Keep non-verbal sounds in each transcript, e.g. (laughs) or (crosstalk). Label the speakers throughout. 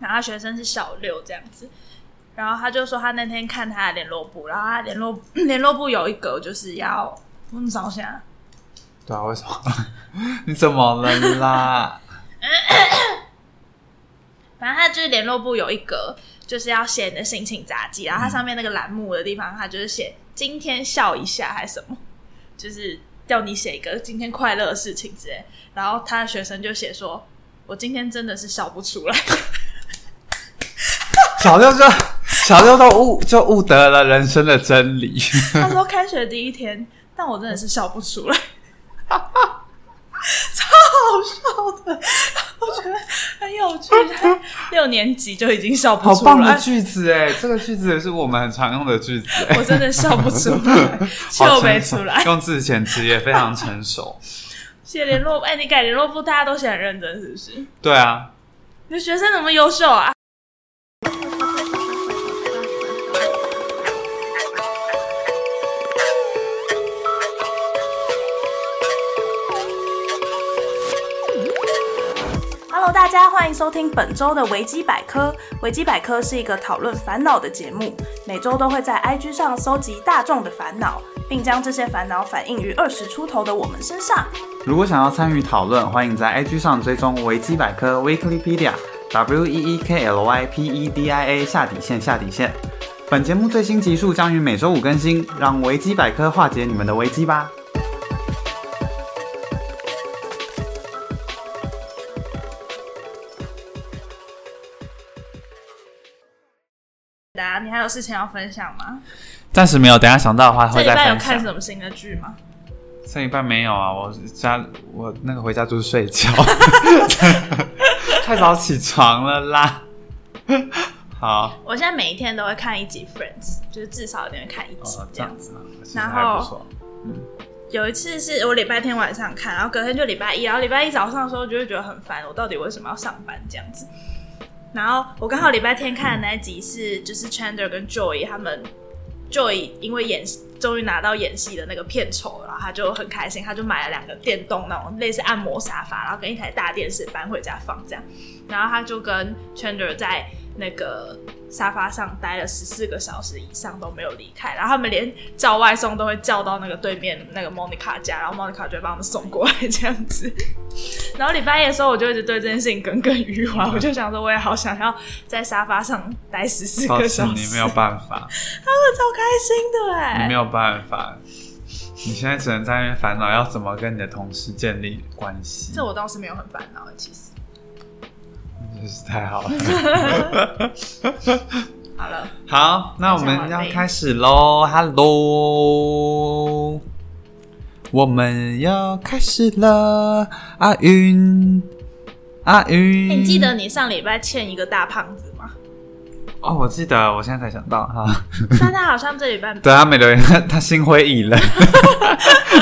Speaker 1: 然后他学生是小六这样子。然后他就说他那天看他的联络簿，然后他联络联络簿有一格就是要我怎么找想啊？
Speaker 2: 对啊，为什么？ (laughs) 你怎么了 (laughs) 啦？
Speaker 1: 反正他就是联络部有一格，就是要写你的心情杂记，然后它上面那个栏目的地方，它就是写今天笑一下还是什么，就是要你写一个今天快乐的事情之类。然后他的学生就写说：“我今天真的是笑不出来。
Speaker 2: 小六就小六都悟就悟得了人生的真 (laughs) 理。”
Speaker 1: 他说开学第一天，但我真的是笑不出来， (laughs) 超好笑的，我觉得很有趣。他六年级就已经笑不
Speaker 2: 好
Speaker 1: 出
Speaker 2: 棒的
Speaker 1: 来，
Speaker 2: 句子哎，这个句子也是我们很常用的句子哎，
Speaker 1: 我真的笑不出来，笑
Speaker 2: (laughs) 好
Speaker 1: 没
Speaker 2: 成
Speaker 1: 出
Speaker 2: 熟
Speaker 1: 来。
Speaker 2: 用字遣词也非常成熟。
Speaker 1: 写联络，哎、你改联络簿，大家都写很认真，是不是？你
Speaker 2: (laughs) 对啊，
Speaker 1: 的学生怎么优秀啊？Hello，大家欢迎收听本周的维基百科。维基百科是一个讨论烦恼的节目，每周都会在 IG 上搜集大众的烦恼，并将这些烦恼反映于二十出头的我们身上。
Speaker 2: 如果想要参与讨论，欢迎在 IG 上追踪维基百科 Weeklypedia W E E K L Y P E D I A 下底线下底线。本节目最新集数将于每周五更新，让维基百科化解你们的危机吧。
Speaker 1: 达，你还有事情要分享吗？
Speaker 2: 暂时没有，等一下想到的话
Speaker 1: 这
Speaker 2: 会
Speaker 1: 礼
Speaker 2: 再
Speaker 1: 拜有
Speaker 2: 分
Speaker 1: 看
Speaker 2: 享。
Speaker 1: 什么新的剧吗？
Speaker 2: 这一半没有啊，我家我那个回家就是睡觉， (laughs) 太早起床了啦。好，
Speaker 1: 我现在每一天都会看一集 Friends，就是至少一定会看一集
Speaker 2: 哦，
Speaker 1: 这
Speaker 2: 这
Speaker 1: 样
Speaker 2: 样
Speaker 1: 子。
Speaker 2: 子，其实
Speaker 1: 然
Speaker 2: 还不
Speaker 1: 后
Speaker 2: 错。
Speaker 1: 有一次是我礼拜天晚上看，然后隔天就礼拜一，然后礼拜一早上的时候就会觉得很烦，我到底为什么要上班这样子？然后我刚好礼拜天看的那一集是就是 Chandler 跟 Joy 他们，Joy 因为演终于拿到演戏的那个片酬，然后他就很开心，他就买了两个电动那种类似按摩沙发，然后跟一台大电视搬回家放这样，然后他就跟 Chandler 在那个沙发上待了十四个小时以上都没有离开，然后他们连叫外送都会叫到那个对面那个 Monica 家，然后 Monica 就会帮他们送过来这样子。 (laughs) 然后礼拜一的时候，我就一直对这件事情耿耿于怀，我就想说，我也好想要在沙发上待十四
Speaker 2: 抱
Speaker 1: 个
Speaker 2: 歉，
Speaker 1: 小
Speaker 2: 你
Speaker 1: 时，
Speaker 2: 没有办法，
Speaker 1: 超开心的哎、
Speaker 2: 你没有办法，你现在只能在那边烦恼要怎么跟你的同事建立关系，
Speaker 1: 这我倒是没有很烦恼、欸，其实。
Speaker 2: 真是太好了。
Speaker 1: 好了，
Speaker 2: 好，那我们要开始喽，Hello，我们要开始了，阿云，阿云，
Speaker 1: 欸你记得你上礼拜欠一个大胖子 (laughs) 吗？
Speaker 2: 哦？我记得，我现在才想到哈。 (laughs)
Speaker 1: 但他好像这礼拜
Speaker 2: 对他没留言，他他心灰意
Speaker 1: (laughs)
Speaker 2: 冷。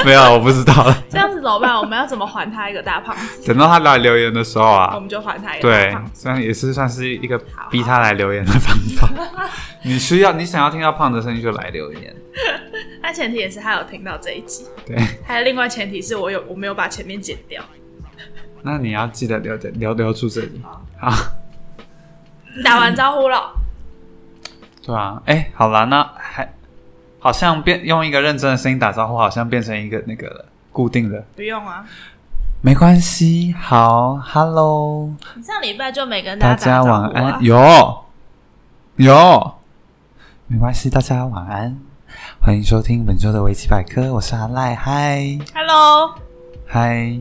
Speaker 2: 没有，我不知道了。
Speaker 1: 这样子怎么办？我们要怎么还他一个大胖子？
Speaker 2: 等到他来留言的时候啊
Speaker 1: 我，们就还他一个大
Speaker 2: 对
Speaker 1: 胖子。，
Speaker 2: 这样也是算是一个
Speaker 1: 好
Speaker 2: 逼他来留言的方
Speaker 1: (laughs)
Speaker 2: 法。你需要，你想要听到胖的声音就来留言。
Speaker 1: 但前提也是他有听到这一集，
Speaker 2: 对，
Speaker 1: 还有另外前提是我有我没有把前面剪掉。
Speaker 2: 那你要记得留着留留住这里。好，
Speaker 1: 打完招呼了，
Speaker 2: 对啊，哎、好啦，那还好像变用一个认真的声音打招呼，好像变成一个那个了固定的，
Speaker 1: 不用啊。
Speaker 2: 没关系。好，Hello，
Speaker 1: 你上礼拜就没跟
Speaker 2: 大
Speaker 1: 家打
Speaker 2: 家
Speaker 1: 招呼、
Speaker 2: 晚
Speaker 1: 啊、
Speaker 2: 安，有有，没关系，大家晚安，欢迎收听本周的维基百科，我是阿赖，嗨
Speaker 1: Hello，
Speaker 2: 嗯嗨，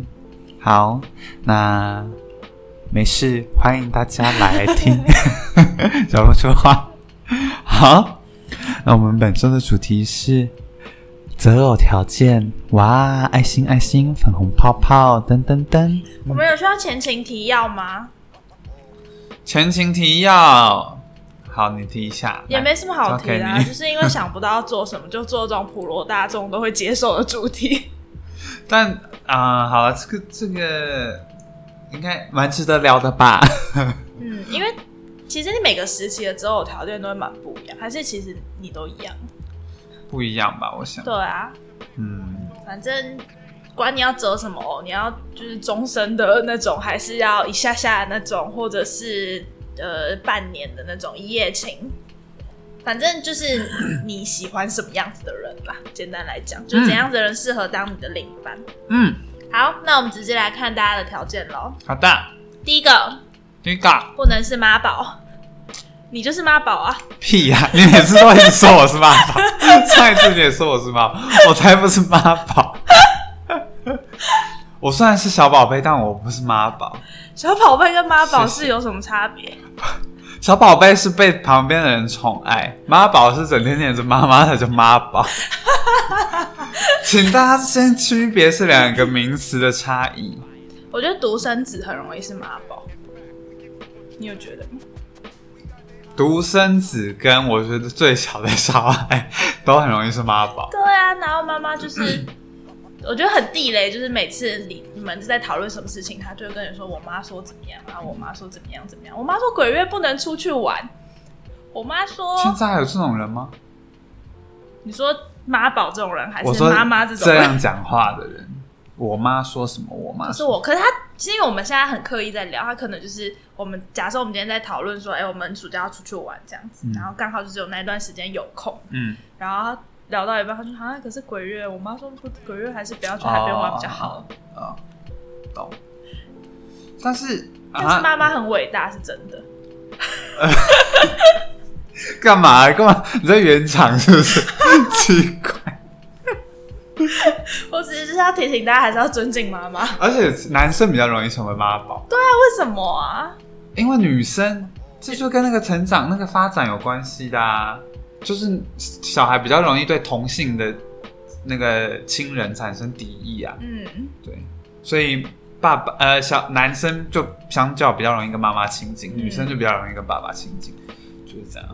Speaker 2: 好，那没事，欢迎大家来 (laughs) 听，怎么说话？好，那我们本周的主题是择偶条件，哇，爱心爱心，粉红泡泡，噔噔噔，
Speaker 1: 我们有需要前情提要吗？
Speaker 2: 前情提要，好，你提一下，
Speaker 1: 也
Speaker 2: 来
Speaker 1: 没什么好提的、
Speaker 2: 交
Speaker 1: 啊，
Speaker 2: 给你
Speaker 1: 就是因为想不到要做什么，就做这种普罗大众都会接受的主题。
Speaker 2: 但啊、好了，这个这个应该蛮值得聊的吧？ (laughs)
Speaker 1: 嗯，因为其实你每个时期的择偶条件都会蛮不一样，还是其实你都一样？
Speaker 2: 不一样吧？我想，
Speaker 1: 对啊，
Speaker 2: 嗯，
Speaker 1: 反正管你要择什么哦，你要就是终身的那种，还是要一下下的那种，或者是呃半年的那种一夜情。反正就是你喜欢什么样子的人吧，简单来讲，就怎样子的人适合当你的另一半。
Speaker 2: 嗯，
Speaker 1: 好，那我们直接来看大家的条件喽。
Speaker 2: 好的，
Speaker 1: 第一个
Speaker 2: 第一个
Speaker 1: 不能是妈宝，你就是妈宝啊！
Speaker 2: 屁呀、你每次都一直说我是妈宝， (laughs) 上一次你也说我是妈宝，我才不是妈宝。 (laughs) 我虽然是小宝贝，但我不是妈宝。
Speaker 1: 小宝贝跟妈宝
Speaker 2: 是是
Speaker 1: 是有什么差别？
Speaker 2: 小宝贝是被旁边的人宠爱，妈宝是整天黏着妈妈才叫妈宝。请大家先区别是两个名词的差异。
Speaker 1: 我觉得独生子很容易是妈宝，你有觉得吗？
Speaker 2: 独生子跟我觉得最小的小孩都很容易是妈宝。
Speaker 1: 对啊，然后妈妈就是，
Speaker 2: 嗯
Speaker 1: 我觉得很地雷，就是每次你你们在讨论什么事情，她就会跟你说我妈说怎么样啊，我妈说怎么样怎么样，我妈说鬼月不能出去玩，我妈说
Speaker 2: 现在还有这种人吗？
Speaker 1: 你说妈宝这种人还
Speaker 2: 我
Speaker 1: 是
Speaker 2: 说
Speaker 1: 妈妈这种
Speaker 2: 这
Speaker 1: 人？
Speaker 2: 样讲话的人，我妈说什么，我妈
Speaker 1: 不是
Speaker 2: 说
Speaker 1: 我，可是他，是因为我们现在很刻意在聊，他可能就是我们假设我们今天在讨论说，哎、我们暑假要出去玩这样子，
Speaker 2: 嗯
Speaker 1: 然后刚好就只有那一段时间有空，
Speaker 2: 嗯，
Speaker 1: 然后他聊到一半，他说啊，可是鬼月，我妈说不鬼月还是不要去海边玩比较好。
Speaker 2: 啊、懂。但是
Speaker 1: 但是
Speaker 2: 啊，
Speaker 1: 妈妈很伟大，是真的。
Speaker 2: 干嘛干嘛？你在圆场是不是？奇怪。
Speaker 1: 我只是就是要提醒大家，还是要尊敬妈妈。为
Speaker 2: 而且男生比较容易成为妈宝，
Speaker 1: 什么啊？
Speaker 2: 因为女生这就跟那个成长、那个发展有关系的、啊，就是小孩比较容易对同性的那个亲人产生敌意啊。
Speaker 1: 嗯，
Speaker 2: 对，所以爸爸呃小男生就相较比较容易跟妈妈亲近，
Speaker 1: 嗯
Speaker 2: 女生就比较容易跟爸爸亲近，就是这样。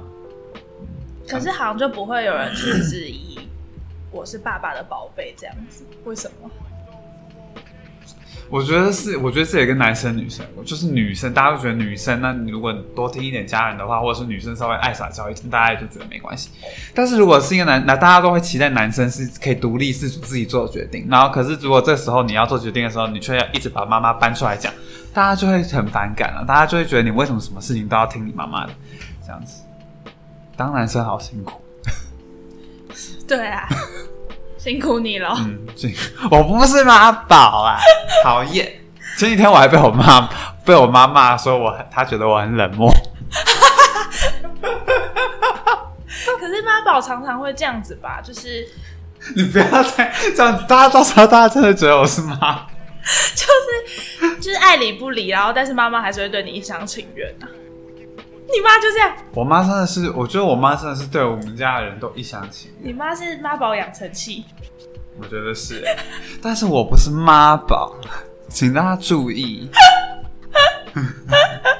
Speaker 1: 可是好像就不会有人去质疑我是爸爸的宝贝这样子，为什么？
Speaker 2: 我觉得是，我觉得这也跟男生女生，就是女生大家都觉得女生，那你如果多听一点家人的话，或者是女生稍微爱撒娇一点，大家也就觉得没关系。但是如果是一个男，那大家都会期待男生是可以独立自主自己做决定，然后可是如果这时候你要做决定的时候，你却要一直把妈妈搬出来讲，大家就会很反感啊了、大家就会觉得你为什么什么事情都要听你妈妈的这样子。当男生好辛苦，
Speaker 1: 对啊，辛苦你了。
Speaker 2: 嗯，这个我不是妈宝啊，讨厌。 (laughs) 前几天我还被我妈被我妈骂说我，她觉得我很冷漠。
Speaker 1: 可是妈宝常常会这样子吧，就是
Speaker 2: (laughs) 你不要再这样，大家到时候大家真的觉得我是妈。
Speaker 1: 就是就是爱理不理，然后但是妈妈还是会对你一厢情愿啊。你妈就这样，
Speaker 2: 我妈真的是，我觉得我妈真的是对我们家的人都一厢情愿，
Speaker 1: 你妈是妈宝养成器。
Speaker 2: 我觉得是。但是我不是妈宝， (laughs) 请大家注意。 (laughs)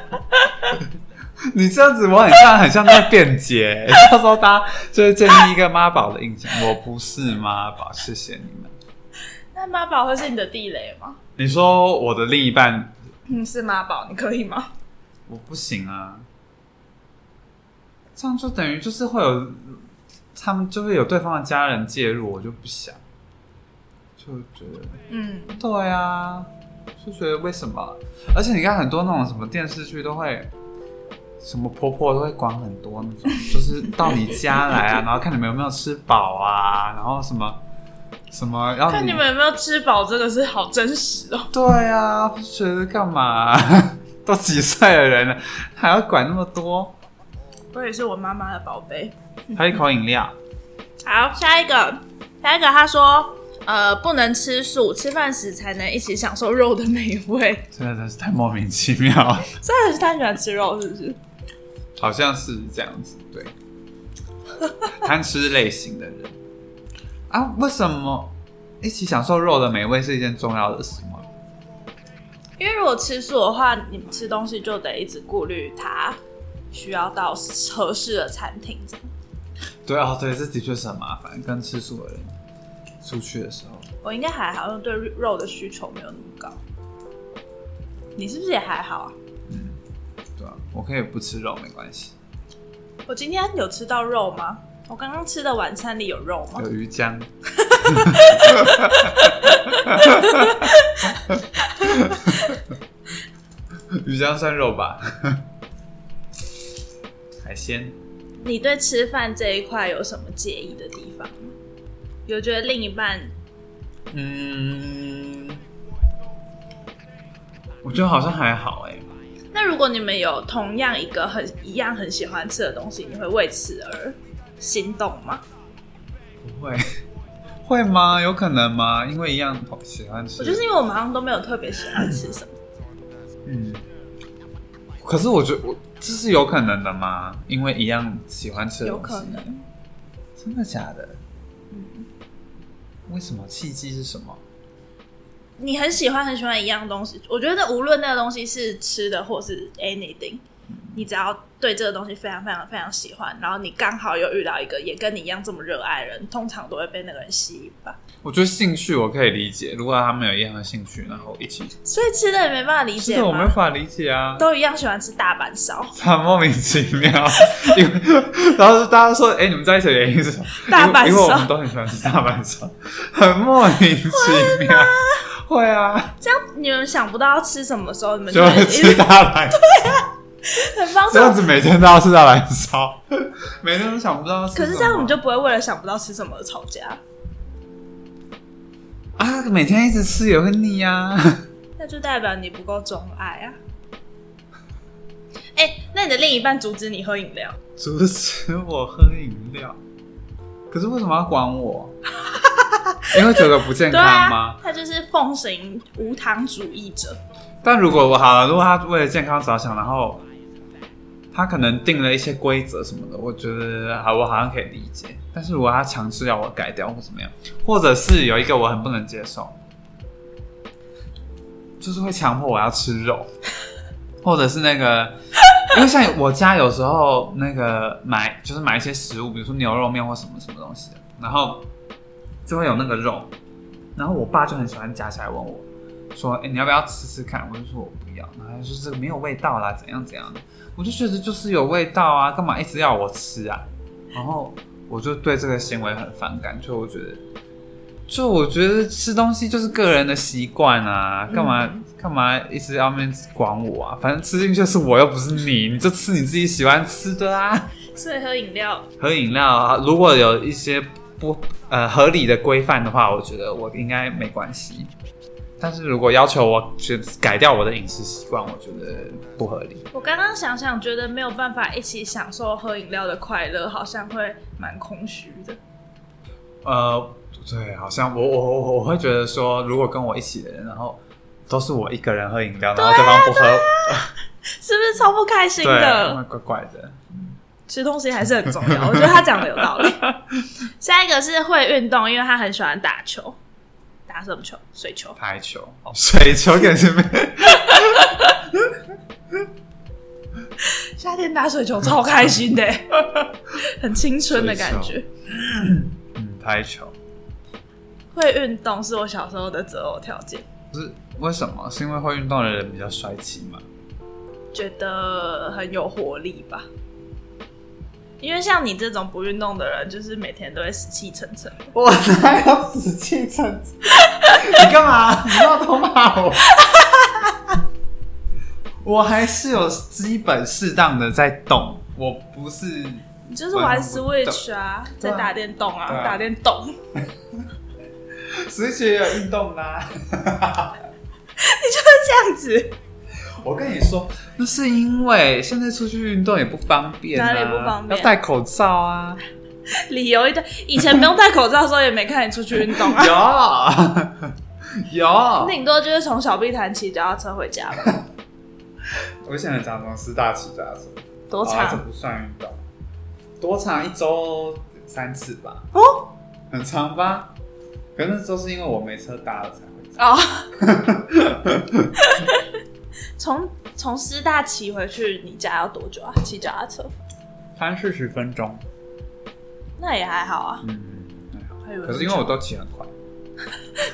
Speaker 2: 你这样子，我很像很像在辩解， (laughs) 到时候大家就会建立一个妈宝的印象。我不是妈宝，谢谢你们。
Speaker 1: 那妈宝会是你的地雷吗？
Speaker 2: 你说我的另一半，
Speaker 1: 嗯，是妈宝，你可以吗？
Speaker 2: 我不行啊，这样就等于就是会有他们就会有对方的家人介入，我就不想，就觉得
Speaker 1: (laughs) 嗯，
Speaker 2: 对啊，就觉得为什么？而且你看很多那种什么电视剧都会。什么婆婆都会管很多那种，
Speaker 1: (laughs)
Speaker 2: 就是到你家来啊，然后看你们有没有吃饱啊，然后什么什么要
Speaker 1: 看你们有没有吃饱，真的是好真实哦。
Speaker 2: 对啊，不觉得干嘛、 (laughs) 都几岁的人了，还要管那么多？
Speaker 1: 我也是我妈妈的宝贝。
Speaker 2: 还有一口饮料，
Speaker 1: 好，下一个，下一个，他说，呃，不能吃素，吃饭时才能一起享受肉的美味。 (laughs)
Speaker 2: 真的真是太莫名其妙了，
Speaker 1: 真的是他喜欢吃肉，是不是？
Speaker 2: 好像是这样子，对， (laughs) 贪吃类型的人啊，为什么一起享受肉的美味是一件重要的事吗？
Speaker 1: 因为如果吃素的话，你吃东西就得一直顾虑它需要到合适的餐厅。
Speaker 2: 对哦，对，这的确是很麻烦，跟吃素的人出去的时候，
Speaker 1: 我应该还好，因为对肉的需求没有那么高。你是不是也还好啊？
Speaker 2: 对啊，我可以不吃肉没关系，
Speaker 1: 我今天有吃到肉吗？我刚刚吃的晚餐里有肉吗
Speaker 2: 有？鱼浆。 (laughs) 鱼浆算肉吧？ (laughs) 海鲜。
Speaker 1: 你对吃饭这一块有什么介意的地方吗？有觉得另一半
Speaker 2: 嗯，我觉得好像还好哎、
Speaker 1: 那如果你们有同样一个很一样很喜欢吃的东西，你会为此而心动吗？(laughs)
Speaker 2: 不会，会吗？有可能吗？因为一样喜欢吃，
Speaker 1: 我就是因为我们好像都没有特别喜欢吃什么，
Speaker 2: 嗯。可是我觉得我这是有可能的吗？因为一样喜欢吃的
Speaker 1: 有
Speaker 2: 东西，
Speaker 1: 可能。嗯
Speaker 2: 真的假的？为什么契机是什么？
Speaker 1: 你很喜欢很喜欢一样东西，我觉得无论那个东西是吃的或是 anything，你只要对这个东西非常非常非常喜欢，然后你刚好又遇到一个也跟你一样这么热爱的人，通常都会被那个人吸引吧。
Speaker 2: 我觉得兴趣我可以理解，如果他们有一样的兴趣，然后一起，
Speaker 1: 所以吃的也没办法理
Speaker 2: 是
Speaker 1: 解
Speaker 2: 的，我没
Speaker 1: 吗？
Speaker 2: 法理解啊，
Speaker 1: 都一样喜欢吃大阪烧，
Speaker 2: (laughs) 他莫名其妙， (laughs) 因为然后大家说，哎、你们在一起的原因是什么？
Speaker 1: 大阪烧
Speaker 2: 因为因为我们都很喜欢吃大阪烧，很莫名其妙，会啊，
Speaker 1: 这样你们想不到要吃什么时候，你们
Speaker 2: 就
Speaker 1: 会
Speaker 2: 会吃大阪，
Speaker 1: (laughs) 很方
Speaker 2: 这
Speaker 1: 便
Speaker 2: 样子每天都要吃大阪烧，每天都想不到要吃什
Speaker 1: 可
Speaker 2: 么。
Speaker 1: 是这样我们就不会为了想不到吃什么而吵架，
Speaker 2: 啊，每天一直吃也会腻啊。
Speaker 1: 那就代表你不够钟爱啊。哎、那你的另一半阻止你喝饮料，
Speaker 2: 阻止我喝饮料，可是为什么要管我？因为觉得不
Speaker 1: (laughs)
Speaker 2: 健
Speaker 1: 对
Speaker 2: 康吗？
Speaker 1: 啊，他就是奉行无糖主义者。
Speaker 2: 但如果我好了，如果他为了健康着想，然后他可能定了一些规则什么的，我觉得啊，我好像可以理解。但是如果他强制要我改掉或怎么样，或者是有一个我很不能接受，就是会强迫我要吃肉，或者是那个， (laughs) 因为像我家有时候那个买就是买一些食物，比如说牛肉面或什么什么东西的，然后就会有那个肉，然后我爸就很喜欢夹起来问我。说：“哎、你要不要吃吃看？”我就说：“我不要。”然后他就说：“这个没有味道啦，怎样怎样的。”我就觉得就是有味道啊，干嘛一直要我吃啊？然后我就对这个行为很反感，就我觉得，就我觉得吃东西就是个人的习惯啊，干嘛
Speaker 1: 嗯
Speaker 2: 干嘛一直要面管我啊？反正吃进去是我又不是你，你就吃你自己喜欢吃的啊。
Speaker 1: 所以喝饮料，
Speaker 2: 喝饮料啊，如果有一些不呃合理的规范的话，我觉得我应该没关系。但是如果要求我去改掉我的饮食习惯，我觉得不合理。
Speaker 1: 我刚刚想想，觉得没有办法一起享受喝饮料的快乐，好像会蛮空虚的。
Speaker 2: 呃，对，好像我我我我会觉得说，如果跟我一起的人，然后都是我一个人喝饮料，然后对方不喝，
Speaker 1: 是不是超不开心
Speaker 2: 对，
Speaker 1: 的？
Speaker 2: 怪怪的。
Speaker 1: 吃东西还是很重要，我觉得他讲的有道
Speaker 2: (laughs)
Speaker 1: 理。下一个是会运动，因为他很喜欢打球，打什么球？水球。
Speaker 2: 排球、水球给是没，
Speaker 1: 夏天打水球超开心的，欸
Speaker 2: (laughs)
Speaker 1: 很青春的感
Speaker 2: 水
Speaker 1: 觉。
Speaker 2: 嗯，排球
Speaker 1: 会运动是我小时候的择偶条件，
Speaker 2: 是为什么？是因为会运动的人比较帅气嘛？
Speaker 1: 觉得很有活力吧。因为像你这种不运动的人，就是每天都会死气沉沉。
Speaker 2: 我哪有死气沉沉？你干嘛？你要偷骂 (laughs) 我？我还是有基本适当的在动，我不是
Speaker 1: 你就是玩
Speaker 2: 玩不动
Speaker 1: Switch 啊，在打电动
Speaker 2: 对
Speaker 1: 啊，
Speaker 2: 啊
Speaker 1: 打电动。 (laughs)
Speaker 2: 实也有运动啦、
Speaker 1: 你就是这样子，
Speaker 2: 我跟你说，那是因为现在出去运动也不方便、啊，
Speaker 1: 哪里不方便
Speaker 2: 要戴口罩啊。
Speaker 1: 理由一堆。以前不用戴口罩的时候，也没看你出去运动啊。
Speaker 2: 有 (laughs) 有，
Speaker 1: 顶多就是从小碧潭骑脚踏车回家
Speaker 2: (laughs)
Speaker 1: 吧，
Speaker 2: 我现在假装是大吃大喝，
Speaker 1: 多
Speaker 2: 好啦这
Speaker 1: 长？
Speaker 2: 不算运动，多长？一周三次吧。
Speaker 1: 哦
Speaker 2: 很长吧？可是那时候是因为我没车搭了才会这样。
Speaker 1: 哦，
Speaker 2: (laughs)
Speaker 1: (laughs) 从从师大骑回去你家要多久啊？骑脚踏车？
Speaker 2: 三四十分钟，
Speaker 1: 那也还好啊。
Speaker 2: 嗯，
Speaker 1: 还以为
Speaker 2: 可是因为我都骑很快，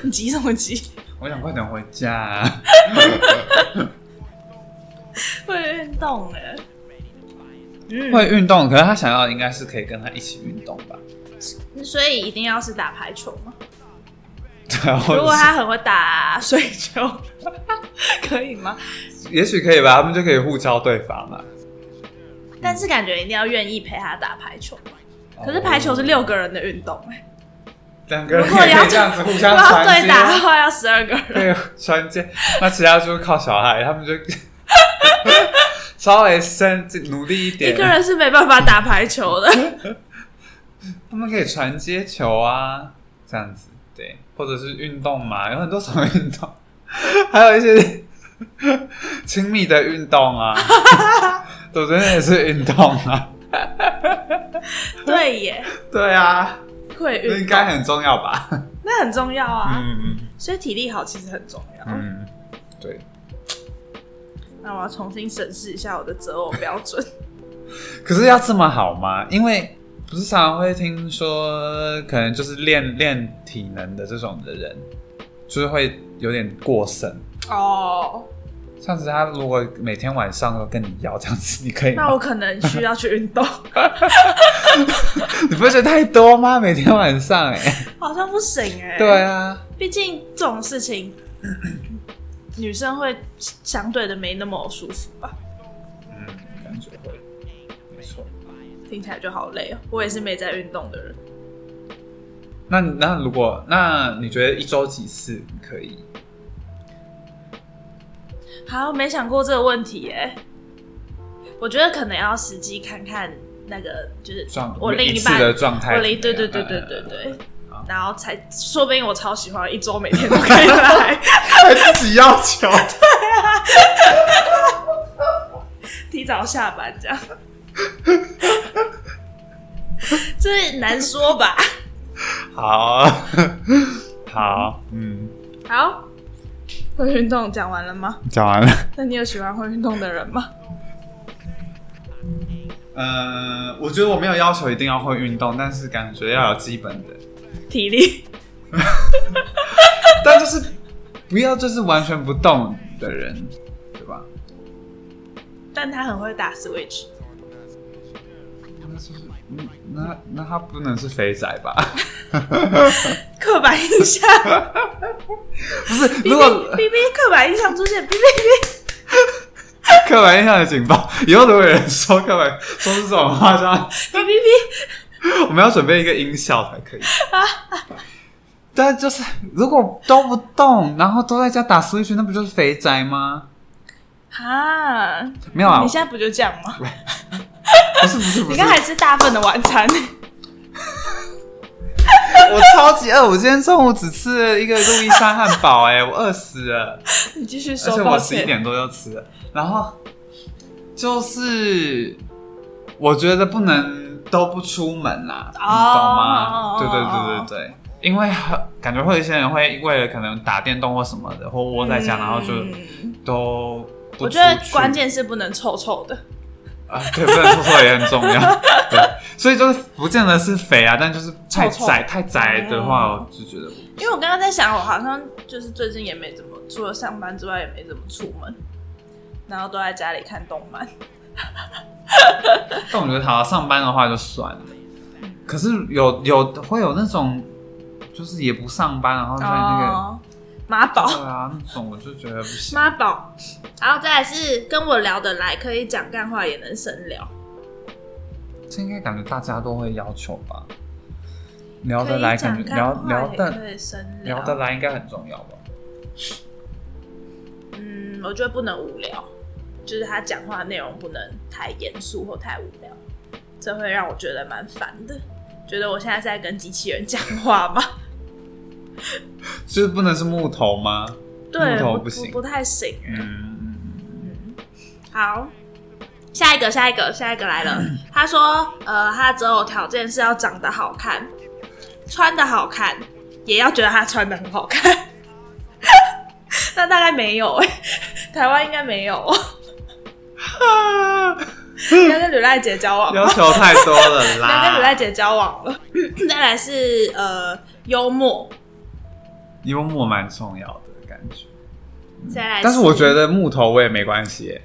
Speaker 1: 你急什么急？
Speaker 2: 我想快点回家、啊
Speaker 1: (laughs) 会运动哎、嗯，
Speaker 2: 会运动，可是他想要的应该是可以跟他一起运动吧？
Speaker 1: 所以一定要是打排球吗？
Speaker 2: 对，啊或
Speaker 1: 如果
Speaker 2: 者
Speaker 1: 他很会打水球， (laughs) 可以吗？
Speaker 2: 是也许可以吧，他们就可以互敲对方嘛。
Speaker 1: 但是感觉一定要愿意陪他打排球。可是排球是六个人的运动、欸，
Speaker 2: 哦两个人
Speaker 1: 如果
Speaker 2: 也可
Speaker 1: 要
Speaker 2: 以这样子互
Speaker 1: 如 (laughs)
Speaker 2: 相
Speaker 1: 果要
Speaker 2: 传
Speaker 1: 对
Speaker 2: 接，
Speaker 1: 打的话要十二个
Speaker 2: (laughs)
Speaker 1: 人。
Speaker 2: 对传接，那其他就是靠小孩，他们就 (laughs) 稍微深努力一
Speaker 1: 一
Speaker 2: 点
Speaker 1: 个，人是没办法打排球的，
Speaker 2: 他们可以传接球啊，这样子对，或者是运动嘛，有很多什么运动，还有一些 (laughs) 亲密的运动啊， (laughs) 总之也是运动啊，
Speaker 1: (laughs) 对耶，
Speaker 2: 对啊，
Speaker 1: 会
Speaker 2: 这
Speaker 1: 运
Speaker 2: 应该很重要吧？
Speaker 1: 那很重要啊，
Speaker 2: 嗯
Speaker 1: 所以体力好其实很重要。
Speaker 2: 嗯嗯，对。
Speaker 1: 那我要重新审视一下我的择偶标准。
Speaker 2: 可是要这么好吗？因为不是常常会听说，可能就是练练体能的这种的人，就是会有点过剩。
Speaker 1: 哦，
Speaker 2: 上次他如果每天晚上都跟你要这样子，你可以
Speaker 1: 那
Speaker 2: 吗
Speaker 1: 我？可能需要去运动，
Speaker 2: (laughs) 你不会觉得太多吗？每天晚上、哎，
Speaker 1: (laughs) 好像不行哎、
Speaker 2: 对，啊，
Speaker 1: 毕竟这种事情，女生会相对的没那么舒服吧。
Speaker 2: 嗯，感觉会，没错。
Speaker 1: 听起来就好累哦。我也是没在运动的人，
Speaker 2: 那那如果那你觉得一周几次可以？
Speaker 1: 好，没想过这个问题哎、我觉得可能要实际看看那个，就是
Speaker 2: 状
Speaker 1: 我另
Speaker 2: 一次
Speaker 1: 半
Speaker 2: 的状
Speaker 1: 我
Speaker 2: 态怎么样，
Speaker 1: 离对对对对 (laughs) 对对
Speaker 2: 好，
Speaker 1: 然后才说不定我超喜欢，一周每天都可以来，
Speaker 2: 还自己要求，
Speaker 1: 提早下班这样，这难说吧？
Speaker 2: 好 (laughs) 好，嗯，
Speaker 1: 好，会运动讲完了吗？
Speaker 2: 讲完了。
Speaker 1: 那你有喜欢会运动的人吗？ (laughs)
Speaker 2: 呃，我觉得我没有要求一定要会运动，但是感觉要有基本的， (laughs)
Speaker 1: 体力
Speaker 2: 但就是不要就是完全不动的人，对吧？
Speaker 1: 但他很会打 Switch，
Speaker 2: 嗯那那他不能是肥仔吧？ (laughs)
Speaker 1: 刻板印象。 (laughs)
Speaker 2: 不是，
Speaker 1: 哔
Speaker 2: 如果
Speaker 1: (laughs) 哔哔哔，刻板印象出现，哔哔哔。
Speaker 2: 刻板印象的警报，以后如果有人说刻板说出这种话，这样
Speaker 1: 哔哔哔，
Speaker 2: 我们要准备一个音效才可
Speaker 1: (laughs)
Speaker 2: 以。但就是如果都不动，然后都在家打 Switch，那不就是肥宅吗？
Speaker 1: 啊，
Speaker 2: 没有啊，
Speaker 1: 你现在不就这样吗？
Speaker 2: 不是不是不
Speaker 1: 你
Speaker 2: 是，
Speaker 1: 刚才吃大份的晚餐， (laughs)
Speaker 2: 我超级饿，我今天中午只吃了一个路易莎汉堡、哎，我饿死了，
Speaker 1: 你继续
Speaker 2: 而
Speaker 1: 说
Speaker 2: 且，
Speaker 1: 抱
Speaker 2: 我十一
Speaker 1: 歉。
Speaker 2: 点多就吃了。然后就是我觉得不能都不出门啦，你懂吗
Speaker 1: 哦
Speaker 2: 对对对对对，因为很感觉会有一些人会为了可能打电动或什么的，或窝在家，然后就
Speaker 1: 嗯
Speaker 2: 都不
Speaker 1: 我觉得
Speaker 2: 出去
Speaker 1: 关键是不能臭臭的，
Speaker 2: 啊，对，不能说错也很重
Speaker 1: (laughs)
Speaker 2: 要。对，所以就是不见得是肥啊，但就是太
Speaker 1: 臭臭
Speaker 2: 窄太窄的话，
Speaker 1: 哦
Speaker 2: 我就觉得不
Speaker 1: 因为我刚刚在想，我好像就是最近也没怎么，除了上班之外也没怎么出门，然后都在家里看动漫。
Speaker 2: 但我觉得，好上班的话就算了。可是有有会有那种，就是也不上班，然后在那
Speaker 1: 哦，妈
Speaker 2: 个，
Speaker 1: 宝，
Speaker 2: 对啊，那种我就觉得不行。
Speaker 1: 妈宝，然后再来是跟我聊得来，可以讲干话，也能深聊。
Speaker 2: 这应该感觉大家都会要求吧？聊得来，感
Speaker 1: 可以
Speaker 2: 觉
Speaker 1: 讲
Speaker 2: 聊
Speaker 1: 干话
Speaker 2: 聊
Speaker 1: 也
Speaker 2: 得
Speaker 1: 可以深
Speaker 2: 聊得来应该很重要吧？
Speaker 1: 嗯，我觉得不能无聊，就是他讲话内容不能太严肃或太无聊，这会让我觉得蛮烦的。觉得我现在是在跟机器人讲话吗？
Speaker 2: 就是不能是木头吗？
Speaker 1: 对，
Speaker 2: 木头
Speaker 1: 不
Speaker 2: 不行
Speaker 1: 不太行。
Speaker 2: 嗯， (laughs)
Speaker 1: 好，下一个，下一个，下一个来
Speaker 2: (clears throat)
Speaker 1: 了。他说，呃，他择偶条件是要长得好看，穿的好看，也要觉得他穿的很好看。 (laughs) 那大概没有哎、 (laughs) 台湾应该没有
Speaker 2: (laughs)
Speaker 1: 哦。你要跟吕赖姐交往吗
Speaker 2: 要？求太多了
Speaker 1: 你要跟吕
Speaker 2: 啦
Speaker 1: 赖。 (laughs) 姐交往了。 (clears throat) 再来是呃幽默，
Speaker 2: 幽默蛮重要的感觉，
Speaker 1: 再来
Speaker 2: 但是我觉得木头我也没关系耶。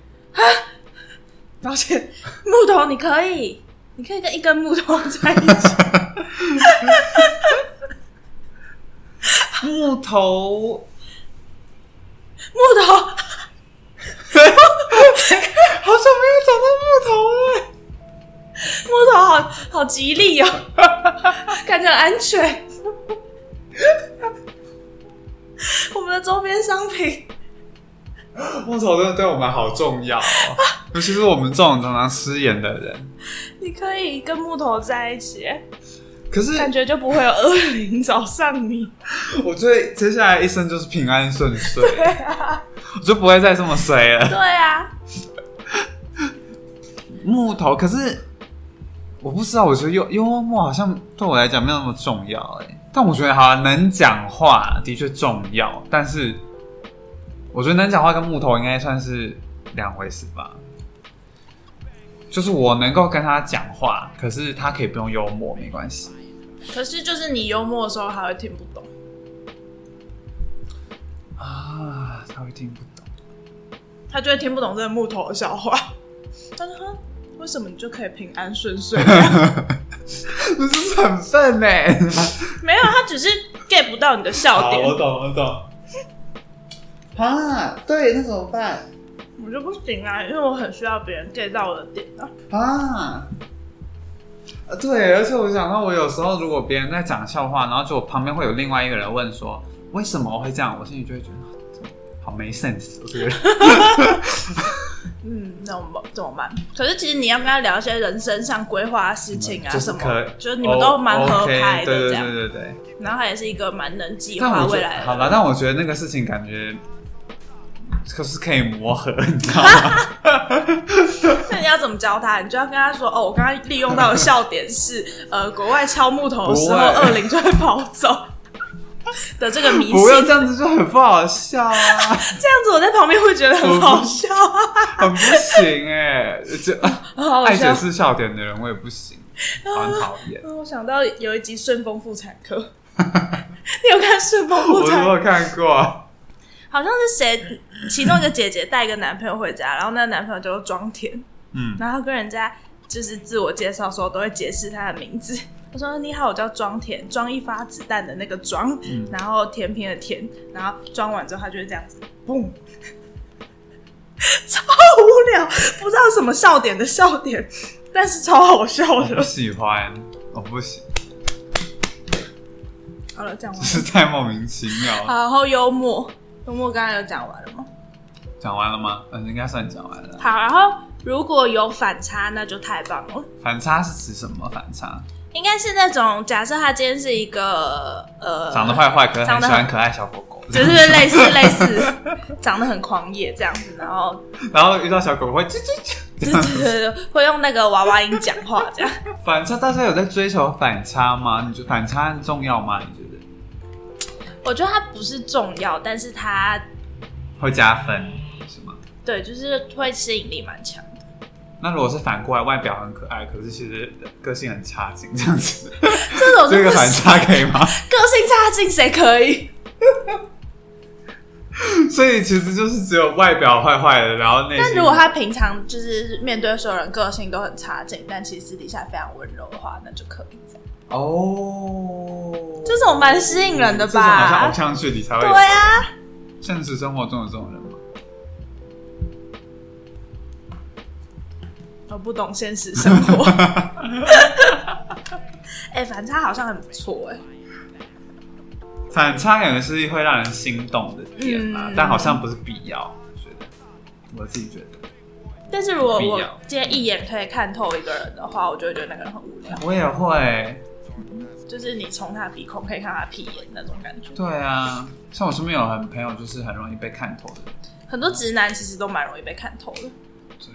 Speaker 1: 抱歉，木头你可以，你可以跟一根木头 (laughs) 在一起。
Speaker 2: 木头
Speaker 1: 木头。 (laughs)
Speaker 2: 好久没有找到木头了。
Speaker 1: 好好吉利哦， (laughs) 感觉很安全。 (laughs) 我们的周边商品，
Speaker 2: 墨草真的对我们好重要、哦，尤其是我们这种常常失言的人。
Speaker 1: 你可以跟木头在一起，
Speaker 2: 可是
Speaker 1: 感觉就不会有恶灵找上你。
Speaker 2: 我最接下来一生就是平安顺遂，
Speaker 1: 啊
Speaker 2: 我就不会再这么衰了。
Speaker 1: 对啊，
Speaker 2: 木头，可是我不知道，我觉得幽幽默好像对我来讲没有那么重要哎、但我觉得好、啊、能讲话的确重要，但是我觉得能讲话跟木头应该算是两回事吧。就是我能够跟他讲话，可是他可以不用幽默，没关系。
Speaker 1: 可是就是你幽默的时候，他会听不懂。
Speaker 2: 啊，他会听不懂。
Speaker 1: 他就会听不懂这个木头的笑话。他说：“哼，为什么你就可以平安顺遂？没
Speaker 2: (laughs) 不是很笨欸呢、
Speaker 1: (laughs) 有，他只是 get 不到你的笑点，
Speaker 2: 懂，我懂。啊，对，那怎么办？
Speaker 1: 我就不行啊，因为我很需要别人 get 到我的点啊。
Speaker 2: 啊，呃对，而且我想到，我有时候如果别人在讲笑话，然后就我旁边会有另外一个人问说为什么我会这样，我心里就会觉得啊怎么好没 sense，我觉 (laughs) 得
Speaker 1: 嗯，那我们怎么办？可是其实你要跟他聊一些人生上规划的事情啊，
Speaker 2: 嗯就是
Speaker 1: 什
Speaker 2: 可
Speaker 1: 么，就是你们都蛮合拍
Speaker 2: o k 对
Speaker 1: 的这
Speaker 2: 对对
Speaker 1: 样。
Speaker 2: 对对对。
Speaker 1: 然后他也是一个蛮能计
Speaker 2: 但
Speaker 1: 划
Speaker 2: 我觉
Speaker 1: 未
Speaker 2: 得
Speaker 1: 来的。
Speaker 2: 好了，但我觉得那个事情感觉可是可以磨合，你知道吗？ (laughs)
Speaker 1: 那你要怎么教他？你就要跟他说：“哦，我刚刚利用到的笑点
Speaker 2: (laughs)
Speaker 1: 是，呃，国外敲木头的时候，
Speaker 2: 不会
Speaker 1: 恶灵就会跑走 (laughs) 的这个迷信。”
Speaker 2: 不要这样子就很不好笑啊，
Speaker 1: 这样子，我在旁边会觉得很好笑啊，
Speaker 2: 很不行哎、就
Speaker 1: 很啊好
Speaker 2: (laughs) 爱
Speaker 1: 笑
Speaker 2: 解。释笑点的人我也
Speaker 1: (laughs)
Speaker 2: 不行，很讨厌。
Speaker 1: 嗯我想到有一集《顺风妇产科》， (laughs) 你有看《顺风
Speaker 2: 我
Speaker 1: 妇产
Speaker 2: 没
Speaker 1: 科》？
Speaker 2: 有看过，
Speaker 1: 好像是谁，其中一个姐姐带一个男朋友回家，然后那个男朋友就装甜，
Speaker 2: 嗯，
Speaker 1: 然后跟人家就是自我介绍的时候都会解释他的名字。 (laughs) 他说：“你好，我叫庄田，装一发子弹的那个庄，
Speaker 2: 嗯
Speaker 1: 然后甜品的甜，然后装完之后他就会这样子，嘣， (laughs) 超无聊，不知道什么笑点的笑点，但是超好笑
Speaker 2: 我不
Speaker 1: 的。
Speaker 2: 喜欢，我不行，
Speaker 1: 好了，讲完
Speaker 2: (laughs) 就
Speaker 1: 了。
Speaker 2: 是太莫名其妙了。
Speaker 1: 好然后幽默，幽默刚刚有讲完了吗？
Speaker 2: 讲完了吗？嗯，应该算讲完了。
Speaker 1: 好，然后如果有反差，那就太棒了。
Speaker 2: 反差是指什么反差？
Speaker 1: 应该是那种假设他今天是一个呃
Speaker 2: 长得坏坏，可是
Speaker 1: 长
Speaker 2: 很
Speaker 1: 得
Speaker 2: 喜
Speaker 1: 很
Speaker 2: 欢可爱小狗狗，
Speaker 1: (laughs) 就是类似类似，长得很狂野这样子，然后
Speaker 2: 然后遇到小狗狗会啾啾啾这
Speaker 1: 就
Speaker 2: 样。
Speaker 1: 是会用那个娃娃音讲话这样。
Speaker 2: 反差，大家有在追求反差吗？你觉得反差很重要吗？你觉得
Speaker 1: 我觉得它不是重要，但是它
Speaker 2: 会加分是吗？
Speaker 1: 对就是会吸引力蛮强的。
Speaker 2: 那如果是反过来，外表很可爱，可是其实个性很差劲，这样子，
Speaker 1: (laughs) 这种
Speaker 2: 这
Speaker 1: 是
Speaker 2: 个
Speaker 1: 不
Speaker 2: 反
Speaker 1: 行，
Speaker 2: 差可以吗？
Speaker 1: 个性差劲谁可
Speaker 2: (laughs)
Speaker 1: 以？
Speaker 2: 所以其实就是只有外表坏坏的，然后内心。
Speaker 1: 但如果他平常就是面对所有人个性都很差劲，但其实私底下非常温柔的话，那就可以这样。
Speaker 2: 哦，
Speaker 1: 这种蛮吸引人的
Speaker 2: 嗯这种好像
Speaker 1: 吧
Speaker 2: 偶？像剧里才会
Speaker 1: 对
Speaker 2: 有，
Speaker 1: 啊，
Speaker 2: 现实生活中有这种人吗？
Speaker 1: 哦我不懂现实生活。哎、反差好像很不错哎、
Speaker 2: 反差感觉是会让人心动的点啊，
Speaker 1: 嗯
Speaker 2: 但好像不是必要，我觉得，我自己觉得，
Speaker 1: 但是如果
Speaker 2: 必
Speaker 1: 我
Speaker 2: 要
Speaker 1: 今天一眼可以看透一个人的话，我就会觉得那个人很无聊，
Speaker 2: 我也会，
Speaker 1: 就是你从他的鼻孔可以看他屁眼那种感觉。
Speaker 2: 对啊，像我身边有很朋友就是很容易被看透的，
Speaker 1: 很多直男其实都蛮容易被看透的，
Speaker 2: 对，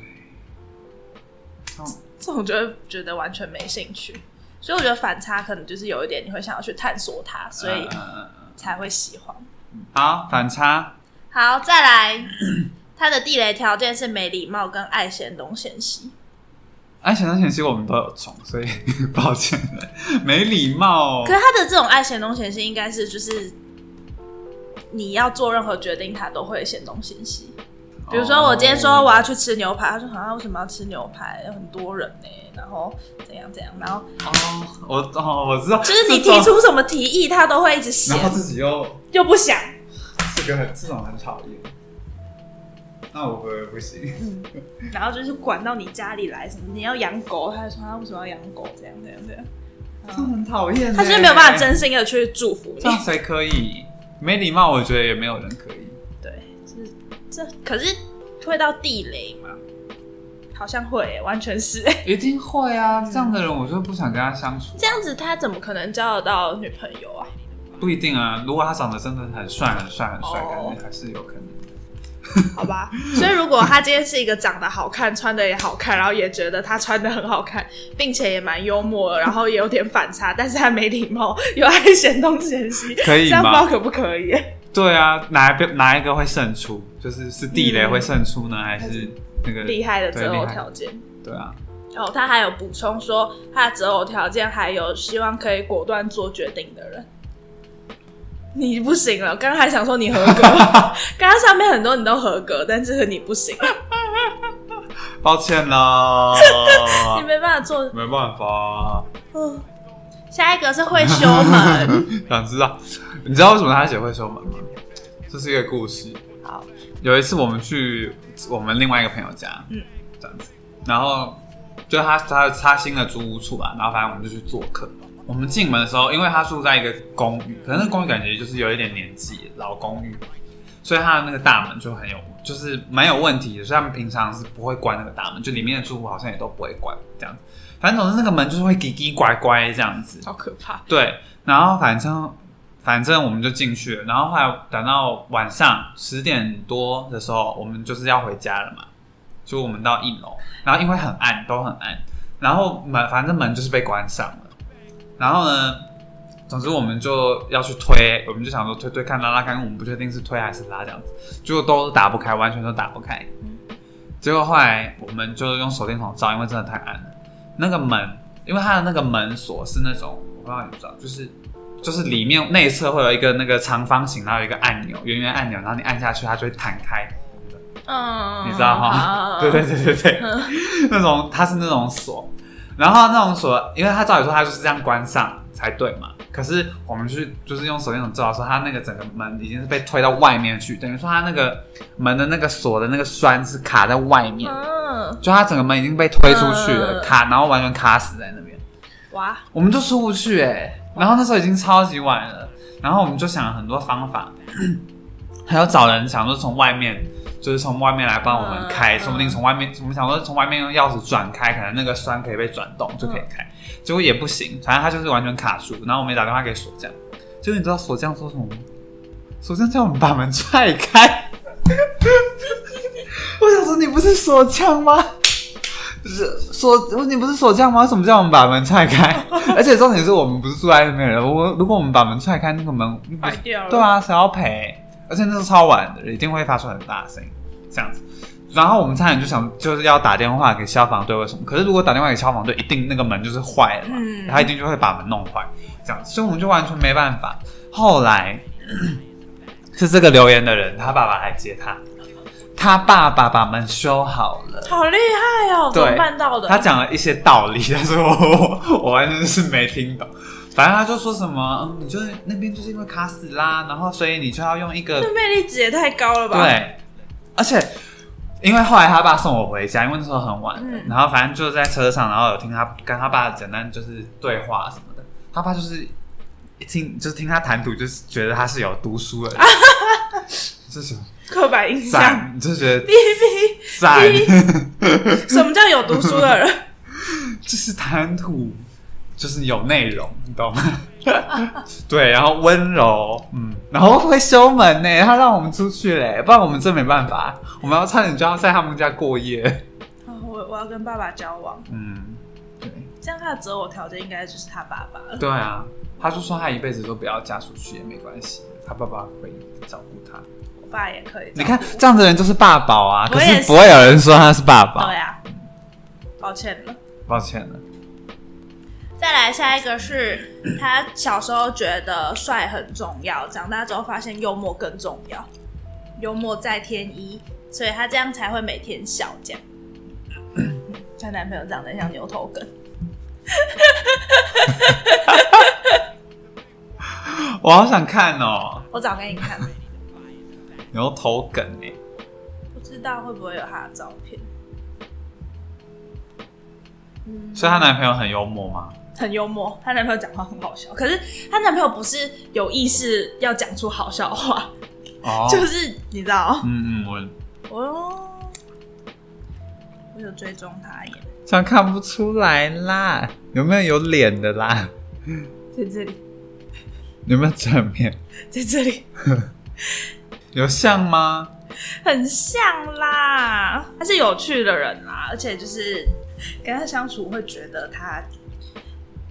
Speaker 1: 这种就会觉得完全没兴趣。所以我觉得反差可能就是有一点你会想要去探索它，所以
Speaker 2: 嗯嗯嗯
Speaker 1: 才会喜欢。
Speaker 2: 嗯好，反差，
Speaker 1: 好，再来，他的地雷条件是没礼貌跟爱嫌东嫌西。
Speaker 2: 哎，想当前期我们都有重，所以 (laughs) 抱歉，没礼貌
Speaker 1: 可，是他的这种爱嫌东嫌西，应该是就是你要做任何决定，他都会嫌东嫌西。比如说我今天说
Speaker 2: 哦
Speaker 1: 我要去吃牛排，他说好、啊，为什么要吃牛排？有很多人呢、然后怎样怎样，然后
Speaker 2: 哦，我哦我知道，
Speaker 1: 就是你
Speaker 2: 这种
Speaker 1: 提，出什么提议，他都会一直嫌
Speaker 2: 哦然，后自己又
Speaker 1: 又不想。
Speaker 2: 这个很这种很讨厌。那我不会不行。
Speaker 1: 嗯然后就是管到你家里来什么，你要养狗，他就说他为什么要养狗，这样这样这样，
Speaker 2: 这样很讨厌欸。
Speaker 1: 他就是没有办法真心的去祝福
Speaker 2: 这
Speaker 1: 你
Speaker 2: 样。谁可以？没礼貌，我觉得也没有人可以。
Speaker 1: 对，是这可是会到地雷吗？好像会耶、完全是、
Speaker 2: 一定会啊，这样的人我就不想跟他相处。
Speaker 1: 这样子，他怎么可能交得到女朋友啊？
Speaker 2: 不一定啊，如果他长得真的很帅、很帅、很帅，感
Speaker 1: 哦
Speaker 2: 觉还是有可能。
Speaker 1: 好
Speaker 2: (laughs)
Speaker 1: 吧，所以如果他今天是一个长得好看、穿的也好看，然后也觉得他穿的很好看，并且也蛮幽默的，然后也有点反差，但是他没礼貌，又爱嫌东嫌西，
Speaker 2: (laughs) 可以吗
Speaker 1: 这样不知道可不可以？
Speaker 2: 对啊，哪一边哪一个会胜出？就是是地雷
Speaker 1: 嗯
Speaker 2: 会胜出呢，还是那个
Speaker 1: 厉害的择
Speaker 2: 对
Speaker 1: 偶
Speaker 2: 厉害
Speaker 1: 条件。
Speaker 2: 对啊，
Speaker 1: 哦，他还有补充说，他的择偶条件还有希望可以果断做决定的人。你不行了，刚刚还想说你合
Speaker 2: (laughs)
Speaker 1: 格，刚刚上面很多你都合格，但是你不行，
Speaker 2: 抱
Speaker 1: (laughs)
Speaker 2: 歉啦，啊
Speaker 1: 你没办法做。
Speaker 2: 没办法、啊哦
Speaker 1: 嗯，下一个是会修 (laughs) 门，
Speaker 2: (laughs) 想知道，你知道为什么他写会修门吗？这是一个故事。
Speaker 1: 好，
Speaker 2: 有一次我们去我们另外一个朋友家，
Speaker 1: 嗯
Speaker 2: 嗯，这样子，然后就他他他新的租屋处吧，然后反正我们就去做客。我们进门的时候，因为他住在一个公寓，可能那公寓感觉就是有一点年纪老公寓，所以他的那个大门就很有，就是蛮有问题的。所以他们平常是不会关那个大门，就里面的住户好像也都不会关这样子。反正总之那个门就是会叽叽拐拐这样子，
Speaker 1: 好可怕。
Speaker 2: 对，然后反正反正我们就进去了，然后后来等到晚上十点多的时候，我们就是要回家了嘛，就我们到一楼，然后因为很暗，都很暗，然后门反正门就是被关上了，然后呢，总之我们就要去推，我们就想说推推看拉拉看，我们不确定是推还是拉这样子，结果都打不开，完全都打不开。结果后来我们就用手电筒照，因为真的太暗了。那个门，因为它的那个门锁是那种，我不知道你知道，就是就是里面内侧会有一个那个长方形，然后有一个按钮，圆圆按钮，然后你按下去，它就会弹开，
Speaker 1: 嗯，啊
Speaker 2: 你知道
Speaker 1: 好
Speaker 2: 吗？对对，对对对，那种它是那种锁，然后那种锁，因为它照理说它就是这样关上才对嘛。可是我们去就是用手电筒照的时候，它那个整个门已经是被推到外面去，等于说它那个门的那个锁的那个栓是卡在外面，
Speaker 1: 嗯，
Speaker 2: 就它整个门已经被推出去
Speaker 1: 嗯
Speaker 2: 了，卡，然后完全卡死在那边。
Speaker 1: 哇，
Speaker 2: 我们就出不去哎、然后那时候已经超级晚了，然后我们就想了很多方法， (clears throat) 还有找人想说从外面，就是从外面来帮我们开，
Speaker 1: 嗯
Speaker 2: 说不定从外面，我们想说从外面用钥匙转开，可能那个栓可以被转动就可以开，
Speaker 1: 嗯
Speaker 2: 结果也不行，反正它就是完全卡住。然后我们也打电话给锁匠，结果你知道锁匠说什么吗？锁匠叫我们把门踹开。 (laughs) 我想说你不是锁匠吗？是锁，你不是锁匠吗？什么叫我们把门踹开？ (laughs) 而且重点是我们不是住在那边的人，我如果我们把门踹开，那个门
Speaker 1: 坏掉了。
Speaker 2: 对，啊，谁要赔？而且那是超晚的，一定会发出很大的声音，这样子。然后我们差点就想就是要打电话给消防队，为什么？可是如果打电话给消防队，一定那个门就是坏了嘛，
Speaker 1: 嗯
Speaker 2: 他一定就会把门弄坏，这样子，所以我们就完全没办法。后来 (clears throat) 是这个留言的人，他爸爸来接他，他爸爸把门修好了。
Speaker 1: 好厉害哦，怎
Speaker 2: 对
Speaker 1: 么办到的？
Speaker 2: 他讲了一些道理，但是我我完全是没听懂。反正他就说什么，嗯，你就是那边就是因为卡死啦，然后所以你就要用一个
Speaker 1: 这魅力值也太高 (laughs) 了吧？，
Speaker 2: 对，而且因为后来他爸送我回家，因为那时候很晚了，
Speaker 1: 嗯
Speaker 2: 然后反正就在车上，然后有听他跟他爸简单就是对话什么的，他爸就是一听就是听他谈吐，就是觉得他是有读书
Speaker 1: (laughs)
Speaker 2: 的人，这是什么
Speaker 1: 刻板印象。
Speaker 2: 赞，就觉得
Speaker 1: 哔哔，
Speaker 2: 赞，
Speaker 1: 什么叫有读书的人？
Speaker 2: (laughs) 就是谈吐就是有内容，你懂吗？ (laughs) 对，然后温柔，嗯，然后会修门呢，他让我们出去嘞，不然我们真没办法，我们要差点就要在他们家过夜，
Speaker 1: 哦我我要跟爸爸交往，
Speaker 2: 嗯，对，
Speaker 1: 这样他的择偶条件应该就是他爸爸了。
Speaker 2: 对啊，他就说他一辈子都不要嫁出去也没关系，他爸爸会照顾他。
Speaker 1: 我爸也可以。
Speaker 2: 你看这样的人就是爸宝啊，
Speaker 1: 我
Speaker 2: 可
Speaker 1: 也是
Speaker 2: 是不会有人说他是爸
Speaker 1: 对
Speaker 2: 爸，
Speaker 1: 呀、抱歉了。
Speaker 2: 抱歉了，
Speaker 1: 再来下一个是他小时候觉得帅很重要，长大之后发现幽默更重要，幽默在天一，所以他这样才会每天笑这
Speaker 2: (coughs)
Speaker 1: 样。她男朋友长得像牛头梗，
Speaker 2: 我好想看哦，
Speaker 1: 我找给你看，
Speaker 2: 牛头梗哎、
Speaker 1: 不知道会不会有她的照片。嗯，
Speaker 2: 所以她男朋友很幽默吗？
Speaker 1: 很幽默，她男朋友讲话很好笑，可是她男朋友不是有意识要讲出好笑话，
Speaker 2: 哦，
Speaker 1: 就是你知道，
Speaker 2: 嗯嗯，我
Speaker 1: 我哦我有追踪她耶，
Speaker 2: 这样看不出来啦，有没有有脸的啦？
Speaker 1: 在这里，
Speaker 2: 有没有正面？
Speaker 1: 在这里，
Speaker 2: 有像吗？
Speaker 1: 很像啦，她是有趣的人啦，而且就是跟她相处会觉得她，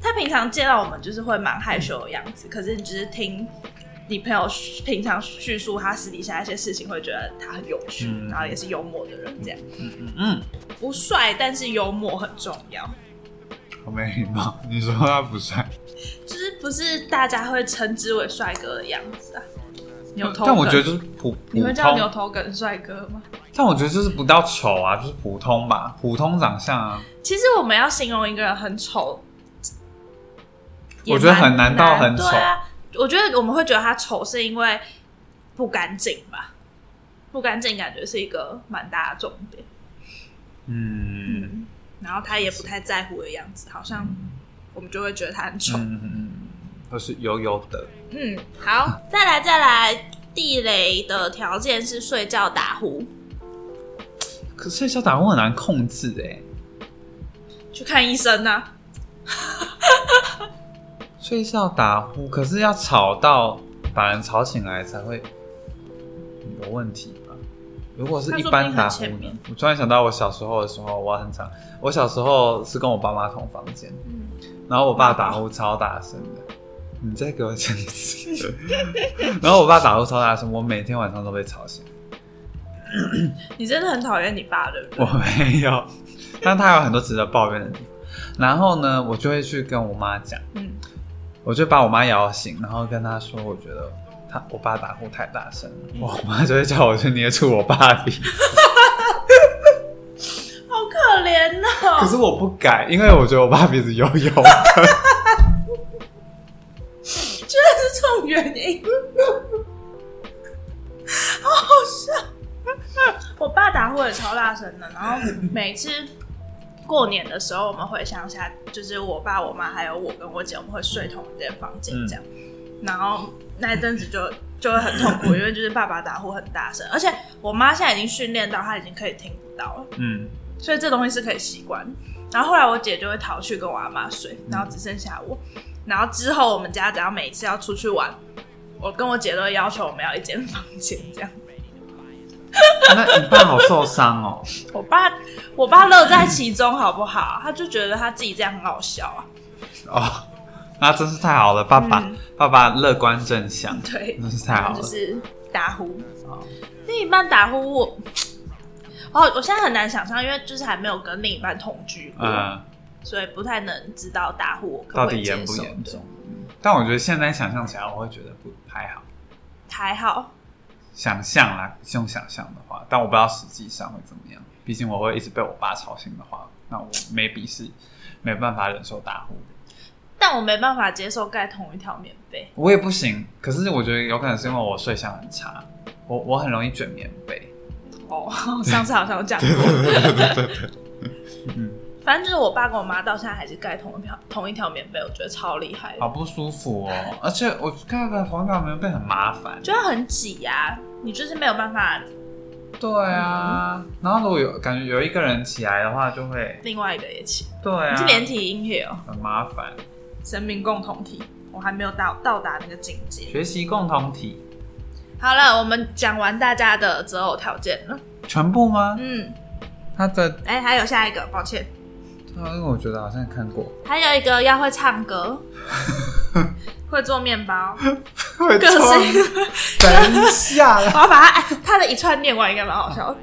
Speaker 1: 她平常见到我们就是会蛮害羞的样子，可是你只是听你朋友平常叙述她私底下一些事情，会觉得她很有趣，
Speaker 2: 嗯
Speaker 1: 然后也是幽默的人，这样
Speaker 2: 嗯嗯嗯，
Speaker 1: 不帅但是幽默很重要，
Speaker 2: 好没礼貌。你说他不帅，
Speaker 1: 就是不是大家会称之为帅哥的样子啊，牛头梗，
Speaker 2: 但我觉得就是普
Speaker 1: 你
Speaker 2: 普
Speaker 1: 会叫牛
Speaker 2: 通，
Speaker 1: 头梗帅哥吗？
Speaker 2: 但我觉得就是不到丑啊，就是普通吧，普通长相啊。
Speaker 1: 其实我们要形容一个人很丑，也
Speaker 2: 我觉得
Speaker 1: 蛮
Speaker 2: 很难到很丑
Speaker 1: 对啊，我觉得我们会觉得他丑是因为不干净吧？不干净感觉是一个蛮大的重点。
Speaker 2: 嗯
Speaker 1: 嗯，然后他也不太在乎的样子，好像我们就会觉得他很
Speaker 2: 嗯
Speaker 1: 丑。
Speaker 2: 嗯嗯，都是油油的。
Speaker 1: 嗯，好，再来再来，地雷的条件是睡觉打呼。
Speaker 2: 可是小打呼很难控制哎、
Speaker 1: 去看医生呢、啊，
Speaker 2: 睡觉打呼，可是要吵到把人吵醒来才会有问题吧？如果是一般打呼
Speaker 1: 他说不定很前
Speaker 2: 呢
Speaker 1: 面？
Speaker 2: 我突然想到我小时候的时候，我很常，我小时候是跟我爸妈同房间，
Speaker 1: 嗯，
Speaker 2: 然后我爸打呼超大声的，你再给我讲一次。 (laughs) 然后我爸打呼超大声，我每天晚上都被吵醒。
Speaker 1: 你真的很讨厌你爸，对不
Speaker 2: (laughs) 我
Speaker 1: 对？
Speaker 2: 没有，但他有很多值得抱怨的地方。然后呢，我就会去跟我妈讲。
Speaker 1: 嗯，
Speaker 2: 我就把我妈摇醒，然后跟她说，我觉得她我爸打呼太大声了，
Speaker 1: 嗯
Speaker 2: 我妈就会叫我去捏住我爸的
Speaker 1: (laughs)
Speaker 2: 鼻子。
Speaker 1: 好可怜哦。
Speaker 2: 可是我不敢，因为我觉得我爸鼻子油
Speaker 1: (laughs)
Speaker 2: 油的。
Speaker 1: 居然是这种原因，好好笑。 (laughs) 我爸打呼也超大声的，然后每次过年的时候，我们回乡下，就是我爸、我妈还有我跟我姐，我们会睡同一间房间这样。然后那一阵子就就会很痛苦，因为就是爸爸打呼很大声，而且我妈现在已经训练到她已经可以听不到了。
Speaker 2: 嗯，
Speaker 1: 所以这东西是可以习惯。然后后来我姐就会逃去跟我阿妈睡，然后只剩下我。然后之后我们家只要每一次要出去玩，我跟我姐都会要求我们要一间房间这样。
Speaker 2: 那你爸好受伤哦。
Speaker 1: 我爸我爸乐在其中，好不好？他就觉得他自己这样很好笑啊。
Speaker 2: 哦，那真是太好了，爸爸，
Speaker 1: 嗯
Speaker 2: 爸爸乐观正向，
Speaker 1: 对，
Speaker 2: 真是太好了。
Speaker 1: 就是打呼。
Speaker 2: 哦
Speaker 1: 另一半打呼我，哦，我现在很难想象，因为就是还没有跟另一半同居过，
Speaker 2: 嗯，
Speaker 1: 所以不太能知道打呼我可
Speaker 2: 到
Speaker 1: 不可
Speaker 2: 底
Speaker 1: 以接
Speaker 2: 严不
Speaker 1: 受
Speaker 2: 严
Speaker 1: 的
Speaker 2: 重？？嗯但我觉得现在想象起来，我会觉得不还好。
Speaker 1: 还好，
Speaker 2: 想象啦，用想象的话，但我不知道实际上会怎么样。毕竟我会一直被我爸吵醒的话，那我 maybe 是没办法忍受打呼的，
Speaker 1: 但我没办法接受盖同一条棉被。
Speaker 2: 我也不行。可是我觉得有可能是因为我睡相很差，我我很容易卷棉被。
Speaker 1: 哦， (laughs) 上次好像有讲过。
Speaker 2: 嗯，
Speaker 1: 反正就是我爸跟我妈到现在还是盖同一条同一条棉被，我觉得超厉害的
Speaker 2: 好不舒服哦。而且我盖个黄冈棉被很麻烦。
Speaker 1: 就很挤呀、你就是没有办法
Speaker 2: 对啊，然后如果有感觉有一个人起来的话，就会
Speaker 1: 另外一个也起。
Speaker 2: 对
Speaker 1: 你
Speaker 2: 啊，
Speaker 1: 是连体婴也哦，
Speaker 2: 很麻烦。
Speaker 1: 生命共同体，我还没有到到达那个境界。
Speaker 2: 学习共同体，
Speaker 1: 好了，我们讲完大家的择偶条件了。
Speaker 2: 全部吗？
Speaker 1: 嗯，
Speaker 2: 他的，
Speaker 1: 哎、还有下一个，抱歉，
Speaker 2: 因为我觉得好像看过。
Speaker 1: 还有一个要会唱 (laughs) 歌，会做面 (laughs) 包，
Speaker 2: 会
Speaker 1: 个性。
Speaker 2: 等一下啦，
Speaker 1: 我要把它哎他的一串念完，应该蛮好笑的。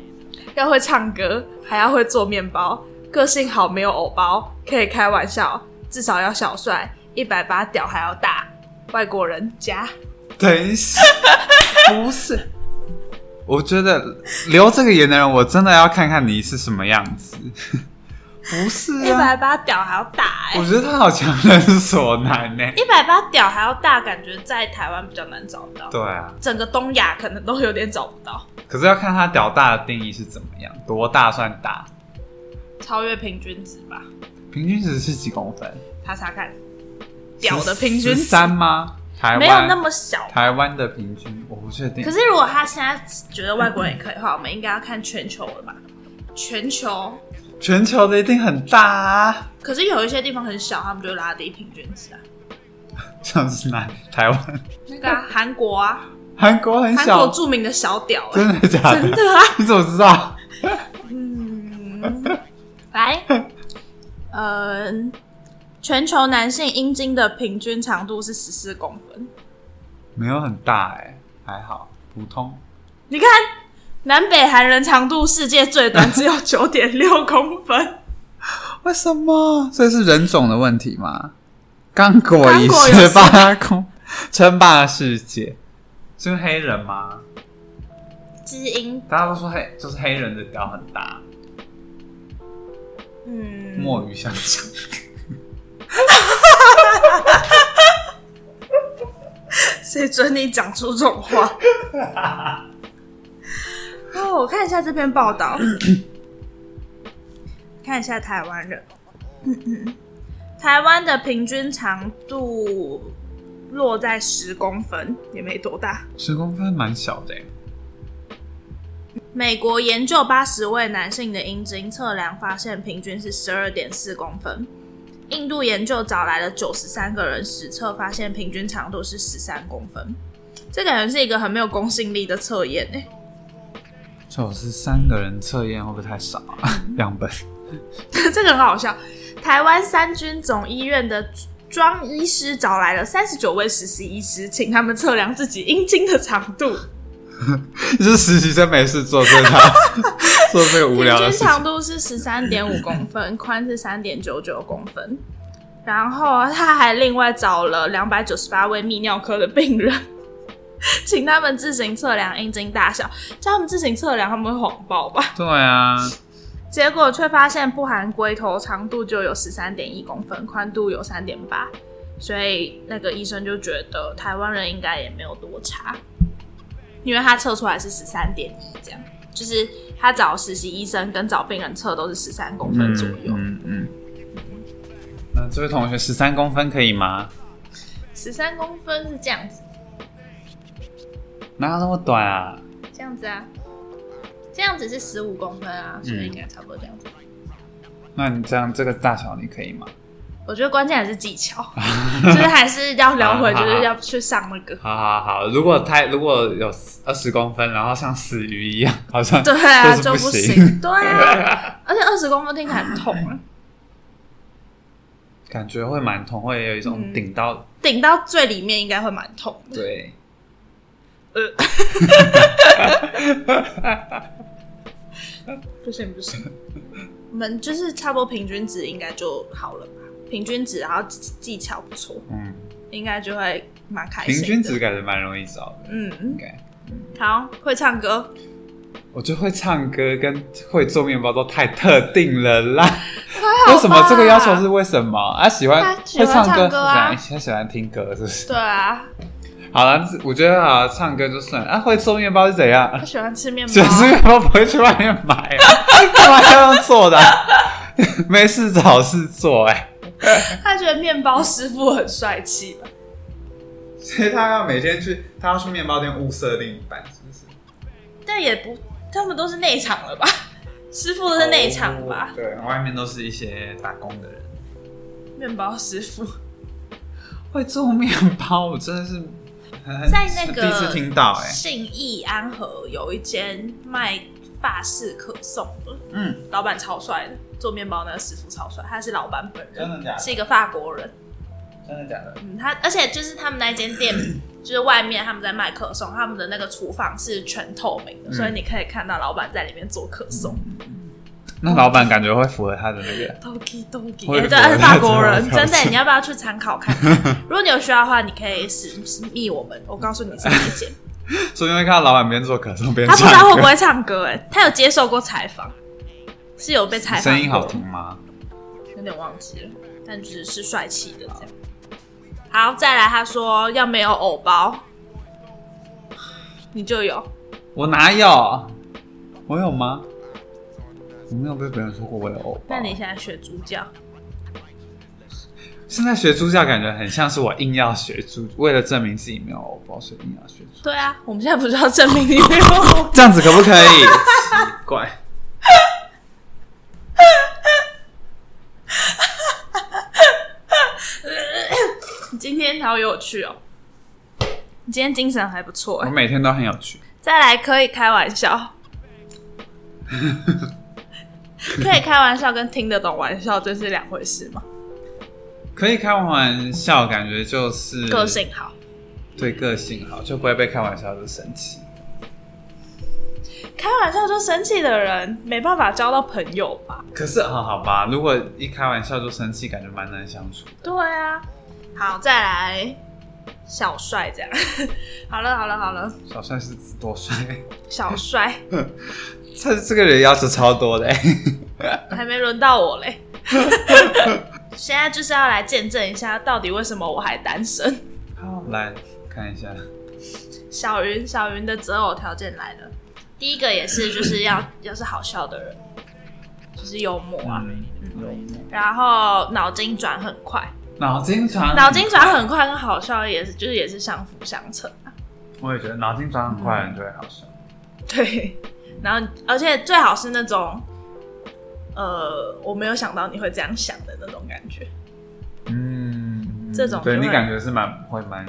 Speaker 1: 要会唱歌，还要会做面包，个性好，没有偶包，可以开玩笑，至少要小帅，一百八屌还要大，外国人加。
Speaker 2: (laughs) 等一下，不是。我觉得留这个言的人，我真的要看看你是什么样子。不是
Speaker 1: 一
Speaker 2: 啊，
Speaker 1: 百八屌还要大哎、
Speaker 2: 我觉得他好强人所难呢、
Speaker 1: 一百八屌还要大，感觉在台湾比较难找到，
Speaker 2: 对啊，
Speaker 1: 整个东亚可能都有点找不到，
Speaker 2: 可是要看他屌大的定义是怎么样，多大算大？
Speaker 1: 超越平均值吧，
Speaker 2: 平均值是几公分？
Speaker 1: 查查看，屌的平均值
Speaker 2: 三吗？台湾
Speaker 1: 没有那么小。
Speaker 2: 台湾的平均，我不确定。
Speaker 1: 可是如果他现在觉得外国人也可以的话，我们应该要看全球了吧？全球，
Speaker 2: 全球的一定很大啊，
Speaker 1: 可是有一些地方很小，他们就拉低平均值啊。
Speaker 2: 像是哪？台湾、
Speaker 1: 那个啊韩、国啊，
Speaker 2: 韩国很
Speaker 1: 韩国
Speaker 2: 小，
Speaker 1: 著名的小屌、欸，
Speaker 2: 真的假的？
Speaker 1: 真的啊。
Speaker 2: (laughs) 你怎么知道？
Speaker 1: 嗯，来，呃，全球男性阴茎的平均长度是十四公分。
Speaker 2: 没有很大哎、还好，普通。
Speaker 1: 你看，南北韩人长度世界最短，只有九点六公分。
Speaker 2: 为什么？所以是人种的问题吗？刚果
Speaker 1: 刚
Speaker 2: 以
Speaker 1: 果有
Speaker 2: 十八公 (laughs) 称霸世界，是因为黑人吗？
Speaker 1: 基因，
Speaker 2: 大家都说黑就是黑人的屌很大，
Speaker 1: 嗯，
Speaker 2: 墨鱼香肠。
Speaker 1: 谁准你讲出这种话？哦，我看一下这篇报道，看一下台湾人，嗯嗯，台湾的平均长度落在十公分，也没多大。
Speaker 2: 十公分蛮小的、欸，
Speaker 1: 美国研究八十位男性的阴茎测量，发现平均是十二点四公分。印度研究找来了九十三个人实测，发现平均长度是十三公分。这感觉是一个很没有公信力的测验欸诶、
Speaker 2: 所以我是三个人测验会不会太少啊？ (laughs) 样本
Speaker 1: (laughs) 这个很好笑。台湾三军总医院的庄医师找来了三十九位实习医师，请他们测量自己阴茎的长度。
Speaker 2: 就是实习生没事做，对他 (laughs) 做这个无聊的
Speaker 1: 平
Speaker 2: 事
Speaker 1: 均
Speaker 2: 情。
Speaker 1: 长度是十三点五公分，宽是三点九九公分。然后他还另外找了两百九十八位泌尿科的病人， (laughs) 请他们自行测量阴茎大小，叫他们自行测量，他们会谎报吧？
Speaker 2: 对啊，
Speaker 1: 结果却发现不含龟头长度就有十三点一公分，宽度有三点八，所以那个医生就觉得台湾人应该也没有多差，因为他测出来是十三点一，这样就是他找实习医生跟找病人测都是十三公分左右，
Speaker 2: 嗯嗯。那这位同学十三公分可以吗？
Speaker 1: 十三、公分是这样子，
Speaker 2: 哪有那么短啊？
Speaker 1: 这样子啊，这样子是十五公分啊，所
Speaker 2: 嗯
Speaker 1: 以应该差不多这样子。
Speaker 2: 那你这样这个大小你可以吗？
Speaker 1: 我觉得关键还是技巧， (laughs) 就是还是
Speaker 2: 啊
Speaker 1: 要聊回，就是要去上那个。
Speaker 2: 好好好，如果太如果有二十公分，然后像死鱼一样， (laughs) 好
Speaker 1: (laughs)
Speaker 2: 像
Speaker 1: 对啊，
Speaker 2: 就是
Speaker 1: 就
Speaker 2: 不
Speaker 1: 不
Speaker 2: 行
Speaker 1: 行，对啊，而且二十公分听起来很痛啊，
Speaker 2: (laughs) 感觉会蛮痛，会有一种
Speaker 1: 嗯
Speaker 2: 顶到、
Speaker 1: 顶到最里面应该会蛮痛的。
Speaker 2: 对。
Speaker 1: 不行不行，我们就是差不多平均值应该就好了吧，平均值，然后技技巧不错，
Speaker 2: 嗯，
Speaker 1: 应该就会蛮开心
Speaker 2: 平
Speaker 1: 的。
Speaker 2: 均值，感觉蛮容易找的。
Speaker 1: 嗯，
Speaker 2: OK，
Speaker 1: 好，会唱歌，
Speaker 2: 我觉得会唱歌跟会做面包都太特定了啦。
Speaker 1: 还好吧
Speaker 2: (laughs) (laughs) 为什么这个要求是？为什么？啊，喜欢
Speaker 1: 他喜
Speaker 2: 会
Speaker 1: 欢
Speaker 2: 唱
Speaker 1: 唱
Speaker 2: 歌，
Speaker 1: 歌啊
Speaker 2: 喜欢喜欢听歌是不是？
Speaker 1: 对啊，
Speaker 2: 好了，我觉得啊，唱歌就算了啊，会做面包是怎样 (laughs)
Speaker 1: 他？喜欢吃面包
Speaker 2: 喜欢吃面包不会去外面买啊， (laughs) 干嘛要用做的啊？ (laughs) 没事找事做哎、
Speaker 1: 他觉得面包师傅很帅气吧？
Speaker 2: 所以他要每天去，他要去面包店物色另一半，是不是？
Speaker 1: 但也不，他们都是内场了吧？师傅都是内场吧？
Speaker 2: 哦对，外面都是一些打工的人。哦
Speaker 1: 面包师傅。
Speaker 2: 会做面包，我真的是很很
Speaker 1: 在那个
Speaker 2: 第一次听到哎、
Speaker 1: 信义安和有一间卖法式可颂的，
Speaker 2: 嗯，
Speaker 1: 老板超帅的，做面包那个师傅超帅，他是老板本
Speaker 2: 真
Speaker 1: 人，
Speaker 2: 的假的？
Speaker 1: 是一个法国人。
Speaker 2: 真的假的？
Speaker 1: 嗯，他而且就是他们那间
Speaker 2: (clears throat)
Speaker 1: 店，就是外面他们在卖可颂，他们的那个厨房是全透明的，
Speaker 2: 嗯
Speaker 1: 所以你可以看到老板在里面做可颂。
Speaker 2: 那老板感觉会符合他的那个，
Speaker 1: d o k i d o k
Speaker 2: 我
Speaker 1: i
Speaker 2: 以为
Speaker 1: 对，
Speaker 2: 我
Speaker 1: 是法
Speaker 2: 在
Speaker 1: 国
Speaker 2: 做
Speaker 1: 人，
Speaker 2: 可
Speaker 1: 真的，
Speaker 2: 颂
Speaker 1: 你要不要去参考看
Speaker 2: (laughs)
Speaker 1: 看？如果你有需要的话，你可以私私密我们，我告诉你是哪一间。
Speaker 2: 所以会看到老板边做可颂边
Speaker 1: 他不知道会
Speaker 2: 唱
Speaker 1: 不欸
Speaker 2: 歌，
Speaker 1: 会唱歌、哎，他有接受过采访，是有被采访，
Speaker 2: 声音好听，吗？
Speaker 1: 点忘记了，但就是是帅气的这样。好，再来，他说要没有偶包，你就有。
Speaker 2: 我哪有？我有吗？我没有被别人说过我有偶包。
Speaker 1: 那你现在学主角，
Speaker 2: 现在学猪叫，感觉很像是我硬要学猪，为了证明自己没有偶包，所以硬要学猪。
Speaker 1: 对啊，我们现在不是要证明你没有偶包？ (laughs)
Speaker 2: 这样子可不可以？奇怪。
Speaker 1: 你今天好有趣哦，你今天精神还不错
Speaker 2: 我
Speaker 1: 哎。
Speaker 2: 每天都很有趣。
Speaker 1: 再来，可以开玩
Speaker 2: (laughs)
Speaker 1: 笑，可以开玩笑跟听得懂玩笑这是两回事吗？
Speaker 2: 可以开玩笑，感觉就是
Speaker 1: 个性好，
Speaker 2: 对个性好，就不会被开玩笑就生气。
Speaker 1: 开玩笑就生气的人没办法交到朋友吧？
Speaker 2: 可是，好好吧，如果一开玩笑就生气，感觉蛮难相处的。
Speaker 1: 对啊，好，再来小帅这样。 (laughs) 好了，好了，好了，
Speaker 2: 小帅是多帅， (laughs)
Speaker 1: 小帅
Speaker 2: 他这个人要求超多的、 (laughs)
Speaker 1: 还没轮到我嘞。 (laughs) 现在就是要来见证一下，到底为什么我还单身。
Speaker 2: 好，来看一下，
Speaker 1: 小云，小云的择偶条件来了，第一个也是就是要要是好笑的人，就是幽默啊，
Speaker 2: 嗯，
Speaker 1: 然后脑筋转很快，
Speaker 2: 脑筋转，
Speaker 1: 脑筋转很快跟好笑也是就是也是相辅相成。
Speaker 2: 我也觉得脑筋转很快的人就会好笑。
Speaker 1: 对，然后而且最好是那种，呃，我没有想到你会这样想的那种感觉。
Speaker 2: 嗯，
Speaker 1: 这种
Speaker 2: 对
Speaker 1: 就会
Speaker 2: 你感觉是蛮会蛮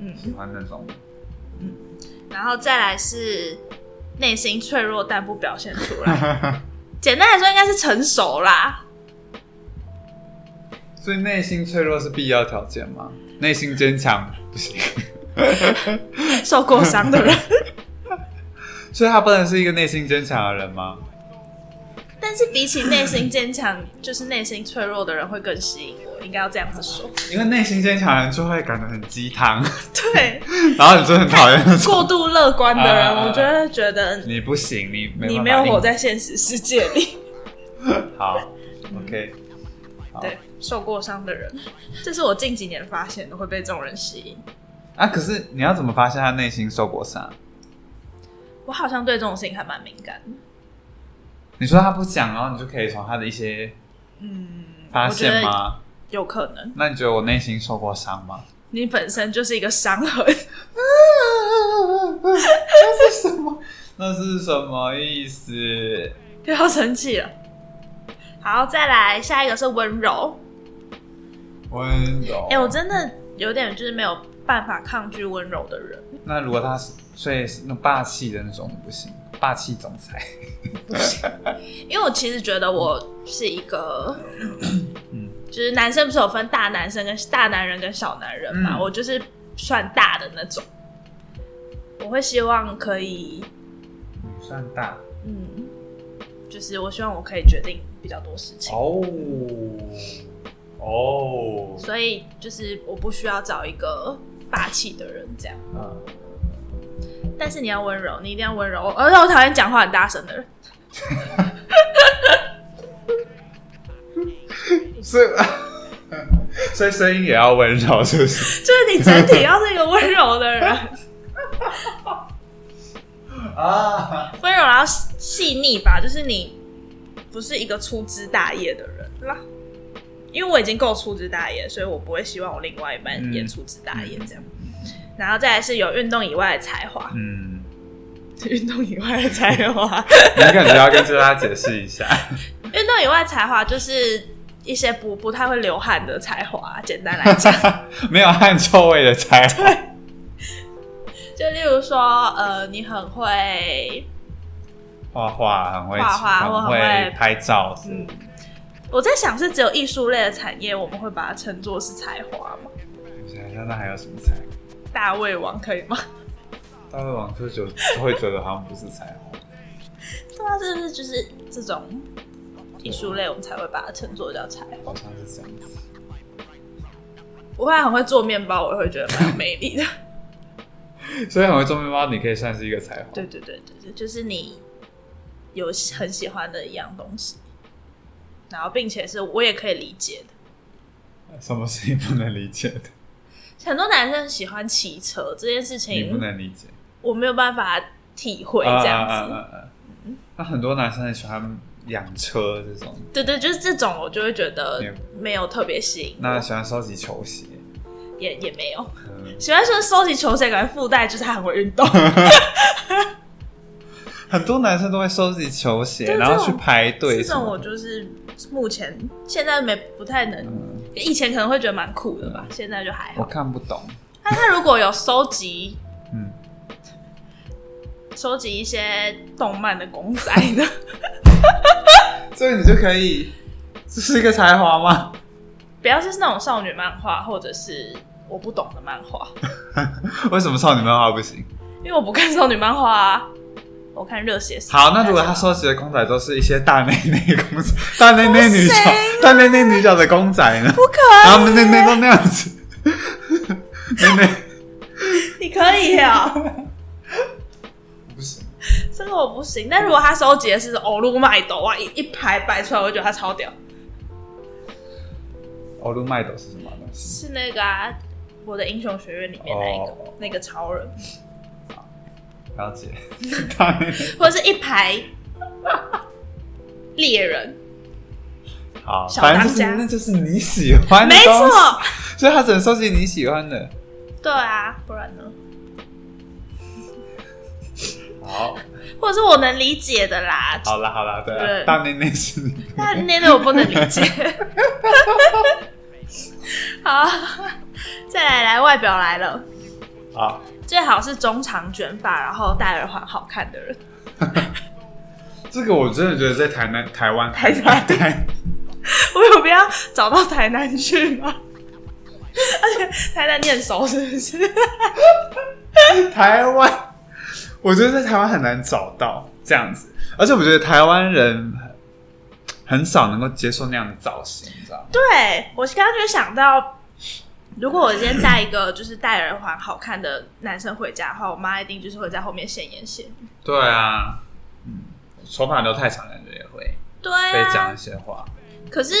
Speaker 1: 嗯，
Speaker 2: 喜欢那种，
Speaker 1: 然后再来是内心脆弱但不表现出来。简单来说，应该是成熟啦。
Speaker 2: 所以内心脆弱是必要条件吗？内心坚强不行， (laughs)
Speaker 1: 受过伤的人，
Speaker 2: 所以他不能是一个内心坚强的人吗？
Speaker 1: 但是比起内心坚强，就是内心脆弱的人会更吸引我。应该要这样子说，
Speaker 2: 因为内心坚强的人就会感觉很鸡汤， (laughs)
Speaker 1: 对，
Speaker 2: 然后你就很讨厌那种，
Speaker 1: 过度乐观的人，
Speaker 2: 啊
Speaker 1: 我就会觉得
Speaker 2: 你不行，你没
Speaker 1: 你
Speaker 2: 办法
Speaker 1: 没有活
Speaker 2: 应
Speaker 1: 在现实世界里。
Speaker 2: 好，OK，好
Speaker 1: 对，受过伤的人，这是我近几年发现的，会被这种人吸引。
Speaker 2: 啊，可是你要怎么发现他内心受过伤？
Speaker 1: 我好像对这种事情还蛮敏感的。
Speaker 2: 你说他不讲，然后你就可以从他的一些
Speaker 1: 嗯，
Speaker 2: 发现
Speaker 1: 我觉得
Speaker 2: 吗？
Speaker 1: 有可能，
Speaker 2: 那你觉得我内心受过伤 (laughs) 吗？
Speaker 1: 你本身就是一个伤痕， (laughs)
Speaker 2: 那是什么？那是什么意思？
Speaker 1: 不要生气了。好，再来下一个是温柔。
Speaker 2: 温柔。
Speaker 1: 哎、我真的有点就是没有办法抗拒温柔的人，
Speaker 2: 那如果他是，所以是那霸气的那种不行，霸气总裁。
Speaker 1: 因为我其实觉得我是一个，
Speaker 2: 嗯
Speaker 1: (clears throat) 就是男生不是有分大男生跟大男人跟小男人嘛，
Speaker 2: 嗯
Speaker 1: 我就是算大的那种。我会希望可以
Speaker 2: 你算大
Speaker 1: 嗯，就是我希望我可以决定比较多事情，
Speaker 2: 哦哦，
Speaker 1: 所以就是我不需要找一个霸气的人这样。
Speaker 2: 嗯，
Speaker 1: 但是你要温柔，你一定要温柔，而且我讨厌讲话很大声的人。 (laughs)
Speaker 2: 所以 (laughs) 所以声音也要温柔，是不是？
Speaker 1: 就是你整体要是一个温柔的人，
Speaker 2: 啊，
Speaker 1: 温柔然后细腻吧，就是你不是一个粗枝大叶的人啦。因为我已经够粗枝大叶，所以我不会希望我另外一半也
Speaker 2: 嗯
Speaker 1: 粗枝大叶这样。然后再来是有运动以外的才华，
Speaker 2: 嗯，
Speaker 1: 运动以外的才华。
Speaker 2: 你感觉要跟大家解释一下，
Speaker 1: 运动以外才华就是一些不不太会流汗的才华，简单来讲，
Speaker 2: (laughs) 没有汗臭味的才华，
Speaker 1: (laughs) 就例如说，呃，你很会，
Speaker 2: 画画很会，
Speaker 1: 画画我
Speaker 2: 很
Speaker 1: 很会
Speaker 2: 会拍照，
Speaker 1: 嗯，我在想是只有艺术类的产业，我们会把它称作是才华吗？
Speaker 2: 我想一下，那还有什么才？
Speaker 1: 大胃王可以吗？
Speaker 2: 大胃王就觉就会觉得好像不是才华，
Speaker 1: 对啊，是不是就是这种艺术类，我们才会把它称作叫才华？
Speaker 2: 好像是这样子。 (laughs)
Speaker 1: 我会很会做面包，我也会觉得蛮有魅 (laughs) 力的。
Speaker 2: 所以很会做面包，你可以算是一个才华。
Speaker 1: 对对对对对，就是你有很喜欢的一样东西，然后并且是我也可以理解的。
Speaker 2: 什么是你不能理解的？
Speaker 1: 很多男生喜欢骑车这件事
Speaker 2: 你不
Speaker 1: 情，
Speaker 2: 能理解，
Speaker 1: 我没有办法体哎会这样子。
Speaker 2: 啊啊啊啊那很多男生很喜欢养车这种，
Speaker 1: 对对，就是这种，我就会觉得
Speaker 2: 没有
Speaker 1: 没有特别吸引
Speaker 2: 嗯那
Speaker 1: 我，
Speaker 2: 喜欢收集球鞋。
Speaker 1: 也也没有。
Speaker 2: 嗯，
Speaker 1: 喜欢说收集球鞋，感觉附带就是他很会运
Speaker 2: (laughs)
Speaker 1: 动。
Speaker 2: 很多男生都会收集球鞋，
Speaker 1: 对
Speaker 2: 然后
Speaker 1: 这
Speaker 2: 去
Speaker 1: 种
Speaker 2: 排队
Speaker 1: 这
Speaker 2: 什
Speaker 1: 种
Speaker 2: 么
Speaker 1: 我
Speaker 2: 的。
Speaker 1: 就是目前现在没不太能，
Speaker 2: 嗯，
Speaker 1: 以前可能会觉得蛮酷的吧，现在就还
Speaker 2: 我
Speaker 1: 好。
Speaker 2: 看不懂。
Speaker 1: 但他如果有收集
Speaker 2: 嗯，
Speaker 1: 收集一些动漫的公仔呢， (laughs)
Speaker 2: 所以你就可以，这是一个才华吗？ (laughs)
Speaker 1: 不要是那种少女漫画或者是我不懂的漫画，
Speaker 2: 为什么少女漫画不行？
Speaker 1: 因为我不看少女漫画啊，我看热血。
Speaker 2: 好，那如果他收集的公仔都是一些大内内公仔、大内内女角、大内内女角的公仔呢？
Speaker 1: 不可
Speaker 2: 然
Speaker 1: 以，
Speaker 2: 后他们内内都那样子，内内
Speaker 1: 你可以啊、
Speaker 2: 不行。
Speaker 1: (laughs) 这个我不行。但如果他收集的是欧陆麦斗啊，一一排摆出来，我就觉得他超屌。
Speaker 2: 欧陆麦斗是什么东西？
Speaker 1: 是那个、啊、我的英雄学院里面那一个、
Speaker 2: 哦
Speaker 1: 那个超人，
Speaker 2: 了解， (laughs) 大内内
Speaker 1: 或者是一排猎人，
Speaker 2: 好，
Speaker 1: 小
Speaker 2: 反正就是
Speaker 1: 当家
Speaker 2: 那就是你喜欢的
Speaker 1: 没
Speaker 2: 东西，
Speaker 1: 错，
Speaker 2: 所以他只能收集你喜欢的。
Speaker 1: 对啊，不然呢？
Speaker 2: 好，
Speaker 1: 或者是我能理解的啦，
Speaker 2: 好啦好啦，对啊，
Speaker 1: 对
Speaker 2: 大内内是你
Speaker 1: 但那个我不能理
Speaker 2: (laughs)
Speaker 1: 解。好，再来来外表来了，
Speaker 2: 好，
Speaker 1: 最好是中长卷发，然后戴耳环，好看的人。 (laughs)
Speaker 2: 这个我真的觉得在台南、台湾、
Speaker 1: 台南
Speaker 2: 台
Speaker 1: 我有必要找到台南去吗？ (laughs) 而且台南你很熟是不是？ (laughs)
Speaker 2: (laughs) 台湾，我觉得在台湾很难找到这样子，而且我觉得台湾人很很少能够接受那样的造型，你知道吗？
Speaker 1: 对我刚刚就想到，如果我今天带一个就是戴耳环好看的男生回家的话，我妈一定就是会在后面闲言闲语。
Speaker 2: 对啊，嗯，头发留太长的人也会
Speaker 1: 对
Speaker 2: 被讲
Speaker 1: 啊
Speaker 2: 一，些话，
Speaker 1: 可是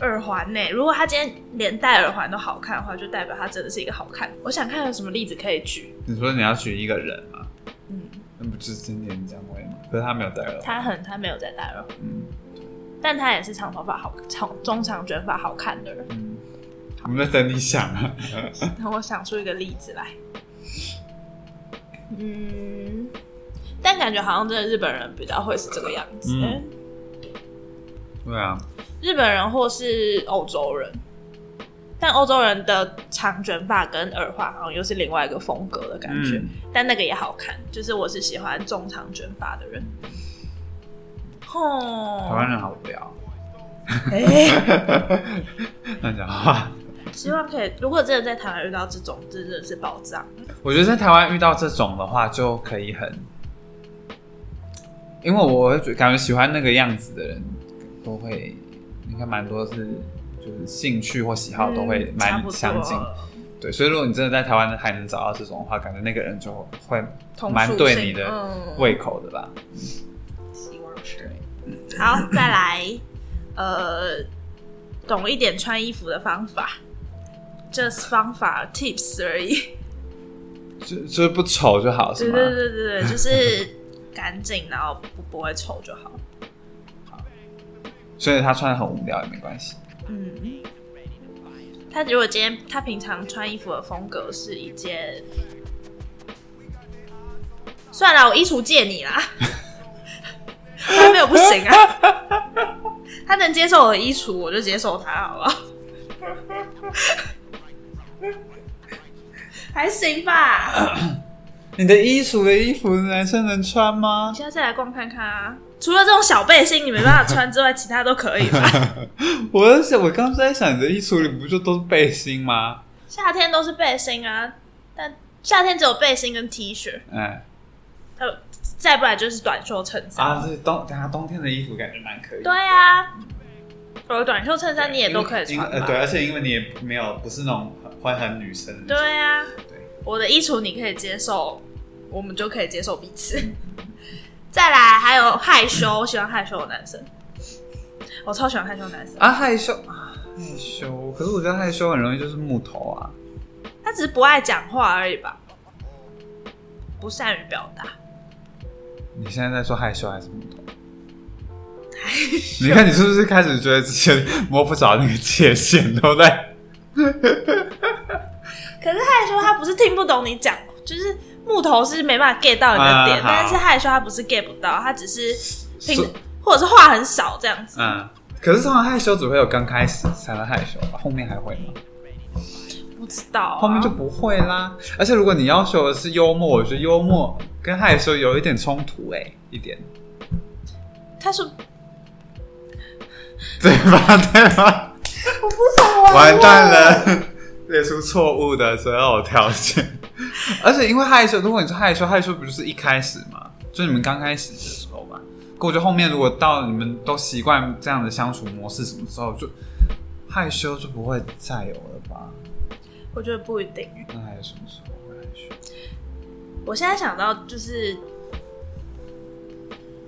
Speaker 1: 耳环呢、如果他今天连戴耳环都好看的话，就代表他真的是一个好看。我想看有什么例子可以举。
Speaker 2: 你说你要举一个人吗？
Speaker 1: 嗯，
Speaker 2: 那不就是经典姜维吗？可是他没有戴耳环，
Speaker 1: 他很他没有在戴耳环，
Speaker 2: 嗯
Speaker 1: 但他也是长头发好长中长卷发好看的人。
Speaker 2: 嗯，我们在等你想啊，
Speaker 1: 让我想出一个例子来。嗯，但感觉好像真的日本人比较会是这个样子，
Speaker 2: 嗯对啊，
Speaker 1: 日本人或是欧洲人。但欧洲人的长卷发跟耳环好像又是另外一个风格的感觉，
Speaker 2: 嗯
Speaker 1: 但那个也好看。就是我是喜欢中长卷发的人。
Speaker 2: 台
Speaker 1: 哦
Speaker 2: 湾，人好无聊，
Speaker 1: 哎，
Speaker 2: 乱讲话。
Speaker 1: 希望可以。如果真的在台湾遇到这种，真的是宝藏。
Speaker 2: 我觉得在台湾遇到这种的话，就可以很，因为我会觉感觉喜欢那个样子的人，都会应该蛮多是就是兴趣或喜好都会
Speaker 1: 嗯差不
Speaker 2: 蛮
Speaker 1: 多
Speaker 2: 相近。对，所以如果你真的在台湾还能找到这种的话，感觉那个人就会
Speaker 1: 同
Speaker 2: 蛮
Speaker 1: 属
Speaker 2: 对
Speaker 1: 性
Speaker 2: 你的
Speaker 1: 嗯
Speaker 2: 胃口的吧。
Speaker 1: 希望是。好，
Speaker 2: (laughs)
Speaker 1: 再来，呃，懂一点穿衣服的方法，just 方法 tips 而已。
Speaker 2: 就就是不丑就好，是
Speaker 1: 对
Speaker 2: 吗？
Speaker 1: 对对对对，就是 (laughs) 干净，然后不不会臭就好。
Speaker 2: 所以他穿的很无聊也没关系。
Speaker 1: 嗯，他如果今天他平常穿衣服的风格是一件，算了，我衣橱借你啦。他没有不行啊，他能接受我的衣橱，我就接受他，好不好？还行吧，
Speaker 2: 你的衣橱的衣服男生能穿吗
Speaker 1: 你？下次来逛看看啊。除了这种小背心你没办法穿之外，其他都可以吧？
Speaker 2: 我在想，我刚刚在想，你的衣橱里不就都是背心吗？
Speaker 1: 夏天都是背心啊，但夏天只有背心跟 T 恤。
Speaker 2: 哎，
Speaker 1: 呃，再不然就是短袖衬衫。
Speaker 2: 啊，这冬，等下冬天的衣服感觉蛮可以。
Speaker 1: 对啊，我的短袖衬衫你也都可以
Speaker 2: 因为
Speaker 1: 穿
Speaker 2: 因为呃，
Speaker 1: 吧？
Speaker 2: 对，而且因为你也没有不是那种很会很女生的那种。
Speaker 1: 对啊
Speaker 2: 对，
Speaker 1: 我的衣橱你可以接受，我 (laughs) 们就可以接受彼此。再来，还有害羞，喜欢害羞的男生，我超喜欢害羞男生，
Speaker 2: 啊，害羞，啊害羞。可是我觉得害羞很容易就是木头啊。
Speaker 1: 他只是不爱讲话而已吧，不善于表达。
Speaker 2: 你现在在说害羞还是木头？ (laughs) 你看你是不是开始觉得之前摸不着那个界限， (laughs) 对不对？
Speaker 1: 可是害羞他不是听不懂你讲，就是木头是没办法 get 到你的点，
Speaker 2: 嗯好
Speaker 1: 但是害羞他不是 get 不到，他只是
Speaker 2: 是
Speaker 1: 平或者是话很少这样子。
Speaker 2: 嗯，可是通常害羞只会有刚开始才会害羞吧，后面还会吗？
Speaker 1: 不知道、啊，
Speaker 2: 后面就不会啦。而且如果你要求的是幽默，我觉得幽默跟害羞有一点冲突、欸，一点， (laughs)
Speaker 1: 他说
Speaker 2: 对吧？ (laughs) 对吧？
Speaker 1: 我不想玩
Speaker 2: 完蛋了，列出错误的择偶条件。 (laughs) 而且因为害羞，如果你说害羞，害羞不就是一开始嘛，就你们刚开始的时候嘛。可我觉得后面如果到你们都习惯这样的相处模式，什么时候就害羞就不会再有了吧？
Speaker 1: 我觉得不一定。
Speaker 2: 那还有什么时候会害羞？
Speaker 1: 我现在想到就是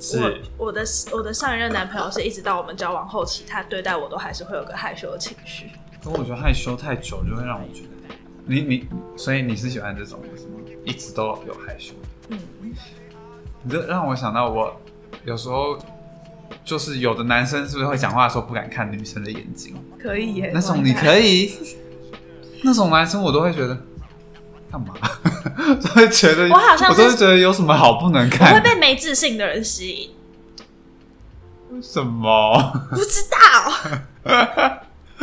Speaker 2: 是
Speaker 1: 我我的我的上一任男朋友是一直到我们交往后期，他对待我都还是会有个害羞的情绪。
Speaker 2: 可我觉得害羞太久就会让我觉得，你你，所以你是喜欢这种什么一直都有害羞？
Speaker 1: 嗯，
Speaker 2: 你这让我想到我有时候就是有的男生是不是会讲话的时候不敢看女生的眼睛？
Speaker 1: 可以耶
Speaker 2: 那种你
Speaker 1: 以。
Speaker 2: 可以，那种男生我都会觉得干嘛？ (laughs) 就会觉得
Speaker 1: 我好像
Speaker 2: 我
Speaker 1: 是
Speaker 2: 都会觉得有什么好不能
Speaker 1: 我会
Speaker 2: 看？
Speaker 1: 被没自信的人吸引，
Speaker 2: 什么？ (laughs)
Speaker 1: 不知道。 (laughs)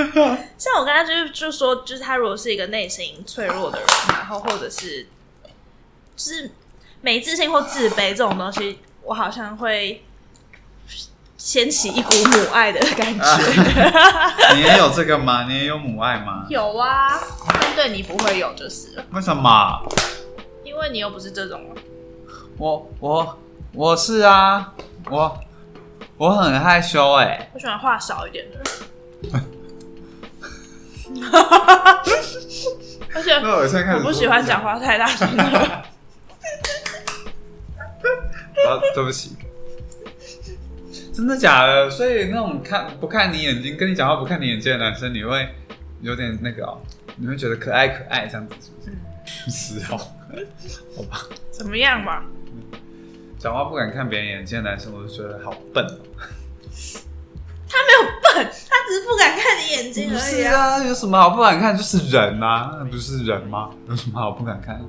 Speaker 1: 像我刚才就是就说，就是他如果是一个内心脆弱的人，然后或者是就是没自信或自卑这种东西，我好像会掀起一股母爱的感 (laughs) 觉。
Speaker 2: 你也有这个吗？你也有母爱吗？
Speaker 1: 有啊，但对你不会有就是了，
Speaker 2: 为什么？
Speaker 1: 因为你又不是这种啊
Speaker 2: 我我我是啊，我我很害羞哎、
Speaker 1: 我喜欢话少一点的人。 (laughs) 而且
Speaker 2: 那我现在开始
Speaker 1: 我不喜欢讲话太大声的人。
Speaker 2: (laughs) 啊，对不起。真的假的？所以那种看不看你眼睛，跟你讲话不看你眼睛的男生，你会有点那个哦，你会觉得可爱可爱这样子，是不是？是哦，好吧。
Speaker 1: 怎么样嘛？
Speaker 2: 讲话不敢看别人眼睛的男生，我就觉得好笨哦。
Speaker 1: 他没有笨，他只是不敢看你眼睛
Speaker 2: 不
Speaker 1: 而
Speaker 2: 是
Speaker 1: 已啊。
Speaker 2: 啊，有什么好不敢看？就是人啊，那不是人吗？ (laughs) 有什么好不敢看？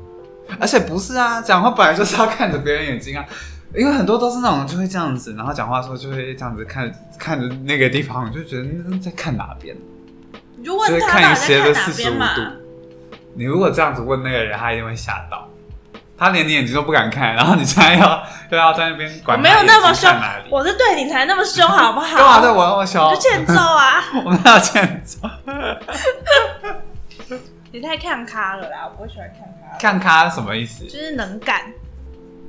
Speaker 2: 而且不是啊，讲话本来就是要看着别人眼睛啊，因为很多都是那种就会这样子，然后讲话的时候就会这样子看看着那个地方，就觉得那在看哪边，
Speaker 1: 你就
Speaker 2: 就
Speaker 1: 问
Speaker 2: 是
Speaker 1: 他到
Speaker 2: 看一
Speaker 1: 底在
Speaker 2: 些的
Speaker 1: 看哪
Speaker 2: 四十
Speaker 1: 边
Speaker 2: 五
Speaker 1: 嘛？
Speaker 2: 度。你如果这样子问那个人，他一定会吓到，他连你眼睛都不敢看，然后你现在要又要在那边
Speaker 1: 我
Speaker 2: 管
Speaker 1: 没
Speaker 2: 他
Speaker 1: 有那么
Speaker 2: 眼睛
Speaker 1: 凶
Speaker 2: 看哪里，
Speaker 1: 我是对你才那么
Speaker 2: (laughs)
Speaker 1: 凶，好不好？
Speaker 2: 干嘛对我那么凶
Speaker 1: 你就？欠揍啊！
Speaker 2: 我们要这样子。
Speaker 1: 你太看咖了啦，我不会喜欢看咖，
Speaker 2: 看他什么意思？
Speaker 1: 就是能干。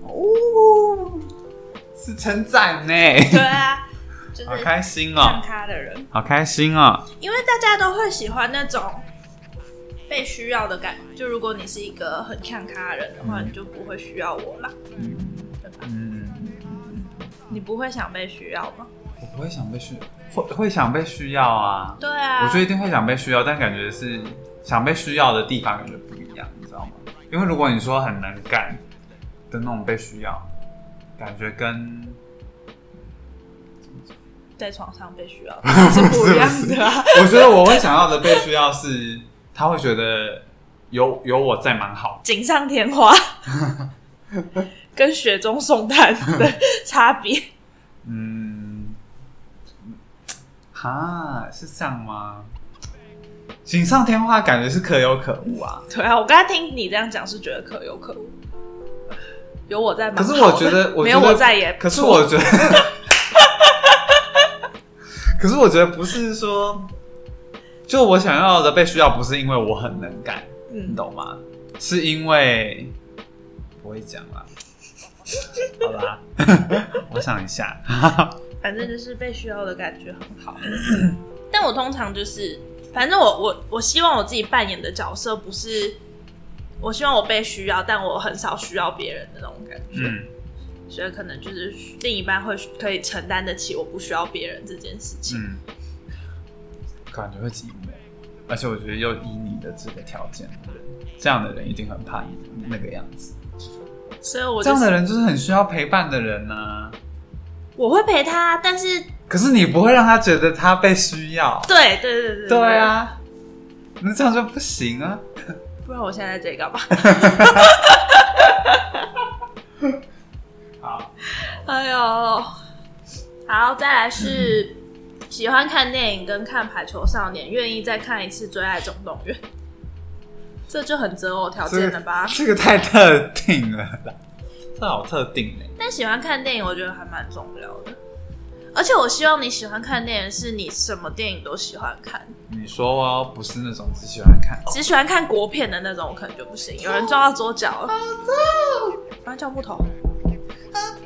Speaker 2: 哦，是称赞呢，
Speaker 1: 对啊，就是
Speaker 2: (laughs) 好开心
Speaker 1: 看
Speaker 2: 哦，
Speaker 1: 咖的人，
Speaker 2: 好开心哦。
Speaker 1: 因为大家都会喜欢那种被需要的感觉。就如果你是一个很看咖的人的话，
Speaker 2: 嗯
Speaker 1: 你就不会需要我啦，
Speaker 2: 嗯
Speaker 1: 对吧？
Speaker 2: 嗯，
Speaker 1: 你不会想被需要吗？
Speaker 2: 我不会想被需，会会想被需要啊。
Speaker 1: 对啊，
Speaker 2: 我觉得一定会想被需要，但感觉是想被需要的地方感觉不一样，你知道吗？因为如果你说很能干的那种被需要，感觉跟
Speaker 1: 在床上被需要是不一
Speaker 2: (laughs)
Speaker 1: 样的啊。
Speaker 2: 我觉得我会想要的被需要是，他会觉得有有我在蛮好。
Speaker 1: 锦上添花，跟雪中送炭的差别。
Speaker 2: 嗯，哈，是这样吗？锦上添花感觉是可有可无啊，
Speaker 1: 对啊，我刚才听你这样讲是觉得可有可无，有我在吗？
Speaker 2: 可是我觉得，我
Speaker 1: 没
Speaker 2: 觉
Speaker 1: 有
Speaker 2: 得
Speaker 1: 我在也不错，
Speaker 2: 可是我觉得，
Speaker 1: (laughs)
Speaker 2: 可是我觉得不是说，就我想要的被需要，不是因为我很能干，你
Speaker 1: 嗯，
Speaker 2: 懂吗？是因为不会讲
Speaker 1: (laughs)
Speaker 2: 啦，好啦， (laughs) 我想一下，
Speaker 1: 反正就是被需要的感觉很
Speaker 2: (clears throat)
Speaker 1: 好。但我通常就是，反正我我我希望我自己扮演的角色不是，我希望我被需要，但我很少需要别人的那种感觉。
Speaker 2: 嗯，
Speaker 1: 所以可能就是另一半会可以承担得起我不需要别人这件事情。
Speaker 2: 嗯，感觉会寂寞，而且我觉得又依你的这个条件的人，这样的人一定很怕那个样子。
Speaker 1: 所以我、
Speaker 2: 这
Speaker 1: 就
Speaker 2: 样的
Speaker 1: 是
Speaker 2: 人就是很需要陪伴的人呐、啊
Speaker 1: 我会陪他，但是
Speaker 2: 可是你不会让他觉得他被需要，
Speaker 1: 对对对对，
Speaker 2: 对，啊，那这样就不行啊。
Speaker 1: 不然我现在在这里干嘛？
Speaker 2: 好，
Speaker 1: 哎呦，好，再来是喜欢看电影跟看《排球少年》，愿意再看一次《最爱总动员》，这就很择偶条
Speaker 2: 这
Speaker 1: 件了吧
Speaker 2: 个？这个太特定了啦，这好特定呢、
Speaker 1: 但喜欢看电影，我觉得还蛮重要的。而且我希望你喜欢看电影，是你什么电影都喜欢看，
Speaker 2: 你说哦，不是那种只喜欢看，
Speaker 1: 只喜欢看国片的那种，我可能就不行。有人撞到左脚了，啊，叫木头，啊 (laughs)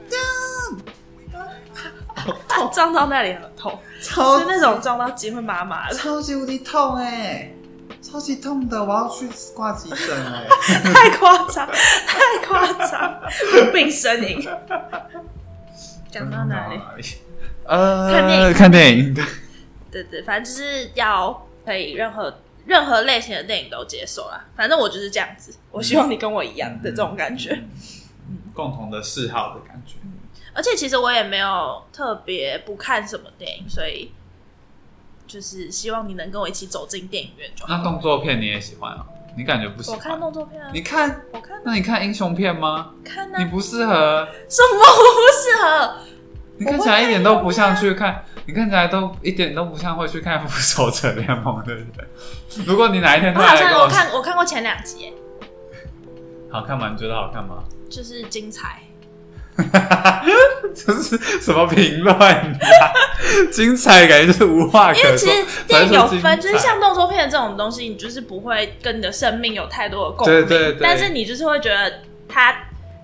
Speaker 1: 撞到那里很痛，
Speaker 2: 超
Speaker 1: 是那种撞到筋会麻麻的。
Speaker 2: 超级无敌痛哎、超级痛的，我要去挂急诊哎、
Speaker 1: 太夸张，太夸张，无病呻吟。讲到哪里？
Speaker 2: 里？呃，
Speaker 1: 看电影
Speaker 2: 看电影，
Speaker 1: 对对，反正就是要可以任何任何类型的电影都接受啦。反正我就是这样子，我希望你跟我一样的这种感觉。
Speaker 2: 嗯，共同的嗜好的感觉。
Speaker 1: 而且其实我也没有特别不看什么电影，所以就是希望你能跟我一起走进电影院就好。
Speaker 2: 那动作片你也喜欢啊？你感觉不喜
Speaker 1: 我
Speaker 2: 欢？
Speaker 1: 看动作片啊
Speaker 2: 你，看，
Speaker 1: 我看
Speaker 2: 那你看英雄片吗？
Speaker 1: 看
Speaker 2: 你
Speaker 1: 啊，
Speaker 2: 不适合，
Speaker 1: 什么我不适合？
Speaker 2: 你看起来一点都不像去看，你看起来都一点都不像会去看《复仇者联盟》的人。如果你哪一天
Speaker 1: 我
Speaker 2: 突
Speaker 1: 好
Speaker 2: 然来跟
Speaker 1: 像我
Speaker 2: 我，
Speaker 1: 看我看过前两集耶，
Speaker 2: 好看吗？你觉得好看吗？ (laughs)
Speaker 1: 就是精彩。
Speaker 2: 这是什么评论呀？精彩感觉就是无话可
Speaker 1: 因为其
Speaker 2: 说
Speaker 1: 实，电影有分，
Speaker 2: 反正
Speaker 1: 就
Speaker 2: 就是精彩
Speaker 1: 像动作片这种东西，你就是不会跟你的生命有太多的共
Speaker 2: 对
Speaker 1: 鸣，
Speaker 2: 对对
Speaker 1: 但是你就是会觉得它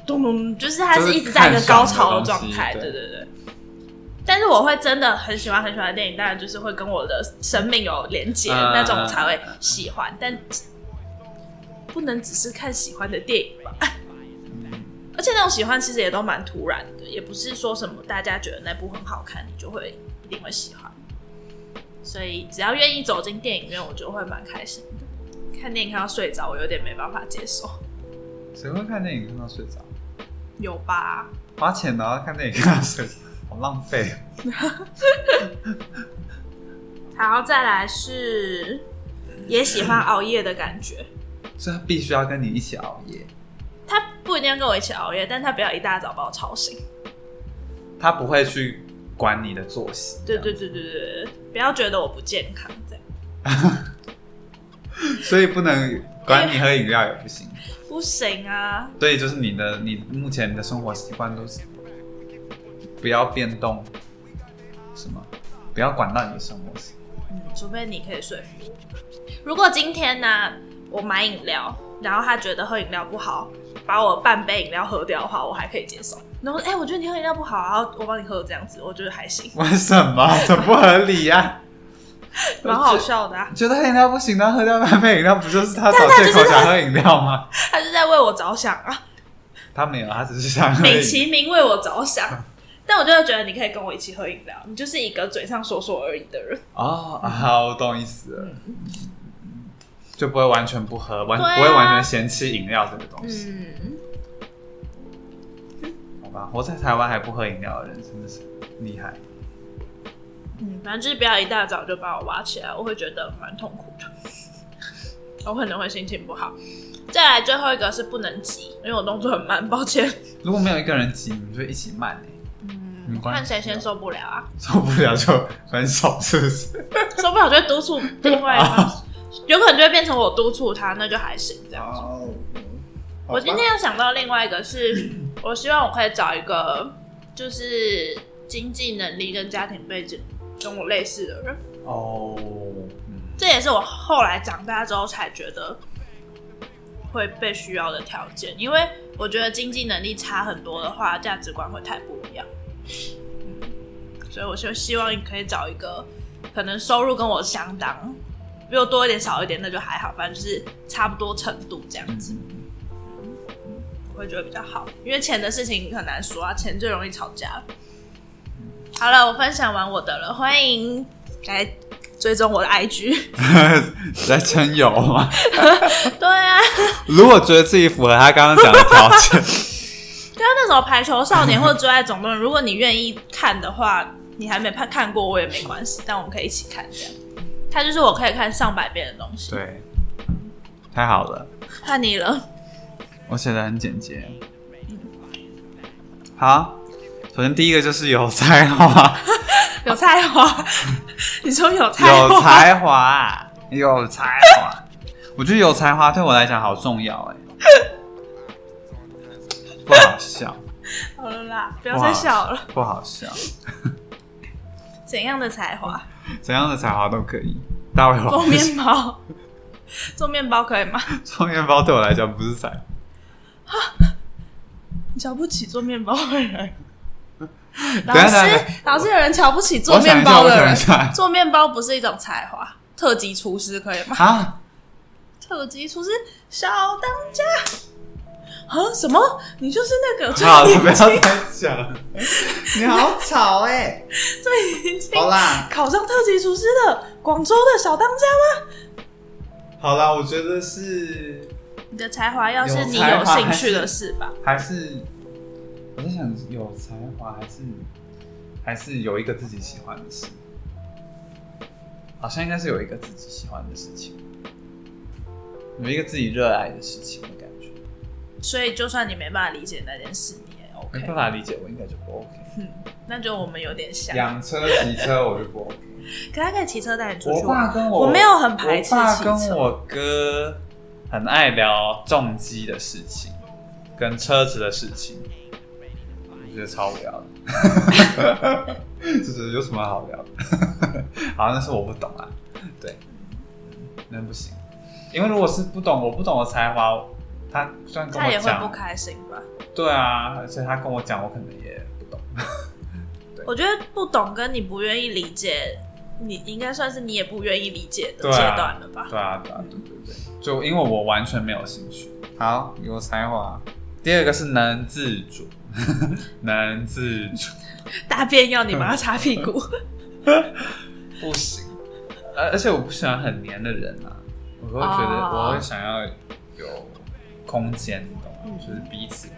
Speaker 1: 咚咚，就是它
Speaker 2: 就是
Speaker 1: 一直在一个高潮的状
Speaker 2: 看
Speaker 1: 态，
Speaker 2: 爽的东西
Speaker 1: 对对对。但是我会真的很喜欢很喜欢的电影，当然就是会跟我的生命有连结、
Speaker 2: 嗯
Speaker 1: 那种才会喜欢，但不能只是看喜欢的电影吧。 (laughs) 而且那种喜欢其实也都蛮突然的，也不是说什么大家觉得那部很好看，你就会一定会喜欢。所以只要愿意走进电影院，我就会蛮开心的。看电影看到睡着，我有点没办法接受，
Speaker 2: 谁会看电影看到睡着？
Speaker 1: 有吧？
Speaker 2: 花钱然后看电影看到睡着，好浪费。哦
Speaker 1: 好，再来是也喜欢熬夜的感觉。
Speaker 2: 所以他必须要跟你一起熬夜，
Speaker 1: 他不一定要跟我一起熬夜，但他不要一大早把我吵醒。
Speaker 2: 他不会去管你的作息。啊
Speaker 1: 对对对对对，对不要觉得我不健康这样。
Speaker 2: 这样，所以不能管你喝饮料也不行。
Speaker 1: 不行啊，
Speaker 2: 所以就是你的你目前的生活习惯都是不要变动，什么不要管到你的生活习惯。
Speaker 1: 嗯，除非你可以说服我。如果今天呢、我买饮料，然后他觉得喝饮料不好，把我半杯饮料喝掉的话，我还可以接受。然后，哎、我觉得你喝饮料不好，然后我帮你喝这样子，我觉得还行，
Speaker 2: 为什么？ (laughs) 这不合理呀、
Speaker 1: 蛮好笑的、啊。
Speaker 2: 觉得喝饮料不行，他喝掉半杯饮料，不就是他找
Speaker 1: 但他
Speaker 2: 借
Speaker 1: 就
Speaker 2: 口
Speaker 1: 是
Speaker 2: 想喝饮料吗？
Speaker 1: 他就在为我着想啊，
Speaker 2: 他没有，他只是想喝饮
Speaker 1: 美其名为我着想。但我就会觉得你可以跟我一起喝饮料，你就是一个嘴上说说而已的人。
Speaker 2: 哦，好，我懂意思了，就不会完全不喝，完、
Speaker 1: 对啊
Speaker 2: 不会完全嫌弃饮料这个东西，
Speaker 1: 嗯，
Speaker 2: 好吧？活在台湾还不喝饮料的人真的是厉害。
Speaker 1: 嗯，反正就是不要一大早就把我挖起来，我会觉得蛮痛苦的，我可能会心情不好。再来最后一个是不能急，因为我动作很慢，抱歉。
Speaker 2: 如果没有一个人急，你们就一起慢、欸、没
Speaker 1: 嗯，
Speaker 2: 关系
Speaker 1: 看谁先受不了啊，
Speaker 2: (laughs) 受不了就分手，是不是？
Speaker 1: 受不了就会督促另外一方，有可能就会变成我督促他，那就还行这样。
Speaker 2: 哦，
Speaker 1: 我今天又想到另外一个
Speaker 2: (laughs)
Speaker 1: 是，我希望我可以找一个就是经济能力跟家庭背景跟我类似的人。
Speaker 2: 哦，嗯，
Speaker 1: 这也是我后来长大之后才觉得会被需要的条件，因为我觉得经济能力差很多的话，价值观会太不一样。嗯所以我就希望你可以找一个可能收入跟我相当，比我多一点少一点那就还好，反正就是差不多程度这样子。
Speaker 2: 嗯，
Speaker 1: 我会觉得比较好，因为钱的事情很难说啊，钱最容易吵架。好了，我分享完我的了，欢迎来追踪我的
Speaker 2: (laughs)
Speaker 1: IG。
Speaker 2: (laughs) 在称友吗？
Speaker 1: 对啊，
Speaker 2: 如果觉得自己符合他刚刚讲的条件，
Speaker 1: (laughs) 刚刚啊那首《排球少年》或者《追爱总动员》，如果你愿意看的话，你还没看看过我也没关系，但我们可以一起看这样。它就是我可以看上百遍的东西。
Speaker 2: 对，太好了，
Speaker 1: 看你
Speaker 2: (laughs)
Speaker 1: 了，
Speaker 2: 我写的很简洁。好，首先第一个就是有才华，
Speaker 1: 有才华，你说有才华，
Speaker 2: 有才华，有才华。我觉得有才华对我来讲好重要哎、不好笑，
Speaker 1: 好了啦，不
Speaker 2: 不
Speaker 1: 要再笑了。，
Speaker 2: 不好笑，
Speaker 1: 怎样的才华？
Speaker 2: 怎样的才华都可以。大卫
Speaker 1: 做
Speaker 2: 老 (laughs) 师
Speaker 1: 面包，做面包可以吗？
Speaker 2: 做面包对我来讲不是才华，
Speaker 1: 你瞧不起做面包的人。老
Speaker 2: (laughs) 等一下等一
Speaker 1: 师
Speaker 2: 下，
Speaker 1: 老师有人瞧不起做
Speaker 2: 我想
Speaker 1: 面
Speaker 2: 一下，
Speaker 1: 包
Speaker 2: 我
Speaker 1: 的
Speaker 2: 想一
Speaker 1: 人。
Speaker 2: 下 (laughs)
Speaker 1: 做面包不是一种才华，特级厨师可以吗？
Speaker 2: 啊，
Speaker 1: 特级厨师小当家啊？什么？你就是那个最
Speaker 2: 好了，不要
Speaker 1: 年轻
Speaker 2: 再
Speaker 1: (laughs)
Speaker 2: 讲了，你好吵哎、
Speaker 1: 欸最年轻
Speaker 2: (laughs) 好啦，
Speaker 1: 考上特级厨师的广州的小当家吗？
Speaker 2: 好啦，我觉得是
Speaker 1: 你的才华要是你
Speaker 2: 有才
Speaker 1: 有
Speaker 2: 华
Speaker 1: 兴
Speaker 2: 还
Speaker 1: 趣
Speaker 2: 是
Speaker 1: 的事吧，
Speaker 2: 还是我在想有才华还是还是有一个自己喜欢的事，好像应该是有一个自己喜欢的事情，有一个自己热爱的事情的感觉，
Speaker 1: 所以就算你没办法理解那件事，你也
Speaker 2: 没
Speaker 1: OK。
Speaker 2: 办法理解，我应该就不 OK。
Speaker 1: 嗯，那就我们有点像。
Speaker 2: 养车骑车我就不 (laughs) OK。
Speaker 1: 可他可以骑车带你出
Speaker 2: 我
Speaker 1: 去
Speaker 2: 爸
Speaker 1: 玩。
Speaker 2: 跟我
Speaker 1: 我没有很排斥
Speaker 2: 我爸
Speaker 1: 骑
Speaker 2: 跟
Speaker 1: 车
Speaker 2: 我哥很爱聊重机的事情，跟车子的事情，我觉得超无聊的。 (laughs) 就是有什么好聊的？ (laughs) 好，那是我不懂啊。对，那不行，因为如果是不懂，我不懂的才华，他虽然跟
Speaker 1: 他也
Speaker 2: 我
Speaker 1: 会不
Speaker 2: 讲，
Speaker 1: 开心吧？
Speaker 2: 对啊，而且他跟我讲，我可能也不懂。
Speaker 1: 我觉得不懂跟你不愿意理解，你应该算是你也不愿意理解的
Speaker 2: 对啊
Speaker 1: 阶段了吧？
Speaker 2: 对啊，对啊，对对对，就因为我完全没有兴趣。好，有才华。第二个是能自主， (laughs) 能自主
Speaker 1: 大便要你帮他擦屁股，
Speaker 2: 不行，而而且我不喜欢很黏的人啊，我会觉得
Speaker 1: 哦
Speaker 2: 我会想要有空间，你懂吗
Speaker 1: 嗯？
Speaker 2: 就是彼此。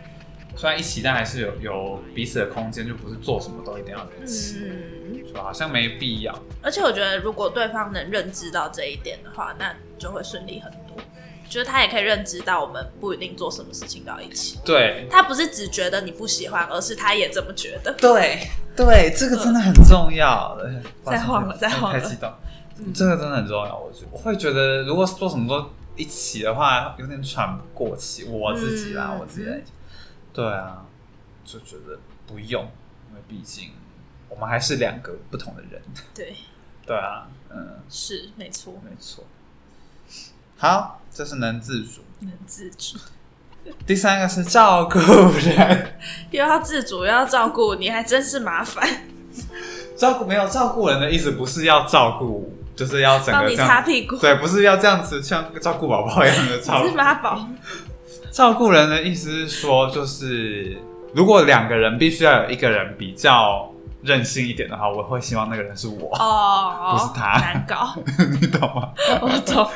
Speaker 2: 虽然一起，但还是有有彼此的空间，就不是做什么都一定要一起，
Speaker 1: 嗯，
Speaker 2: 说好像没必要。
Speaker 1: 而且我觉得如果对方能认知到这一点的话，那就会顺利很多。就是他也可以认知到我们不一定做什么事情都要一起，
Speaker 2: 对，
Speaker 1: 他不是只觉得你不喜欢，而是他也这么觉 (laughs)
Speaker 2: (laughs)
Speaker 1: 得。
Speaker 2: 对对，这个真的很重要。
Speaker 1: 嗯
Speaker 2: (laughs)
Speaker 1: 再晃了再晃了
Speaker 2: 太激动
Speaker 1: 嗯。
Speaker 2: 这个真的很重要，我觉得我会觉得，如果做什么都一起的话，有点喘不过气。我自己啦，
Speaker 1: 嗯
Speaker 2: 我自己来讲，对啊，就觉得不用，因为毕竟我们还是两个不同的人。
Speaker 1: 对，
Speaker 2: 对啊，嗯，
Speaker 1: 是没错，
Speaker 2: 没错。好，这是能自主。
Speaker 1: 能自主，
Speaker 2: 第三个是照顾人， (laughs)
Speaker 1: 又要自主又要照顾你，还真是麻烦。
Speaker 2: 照顾没有照顾人的意思，不是要照顾，就是要整
Speaker 1: 帮
Speaker 2: 个
Speaker 1: 你
Speaker 2: 这样
Speaker 1: 擦屁股，
Speaker 2: 对，不是要这样子像照顾宝宝一样的照
Speaker 1: 你是
Speaker 2: 顾。
Speaker 1: 妈宝，
Speaker 2: 照顾人的意思是说，就是如果两个人必须要有一个人比较任性一点的话，我会希望那个人是我， (laughs)
Speaker 1: 哦，
Speaker 2: 不是他
Speaker 1: 难搞，哦
Speaker 2: 你懂吗？
Speaker 1: 我懂。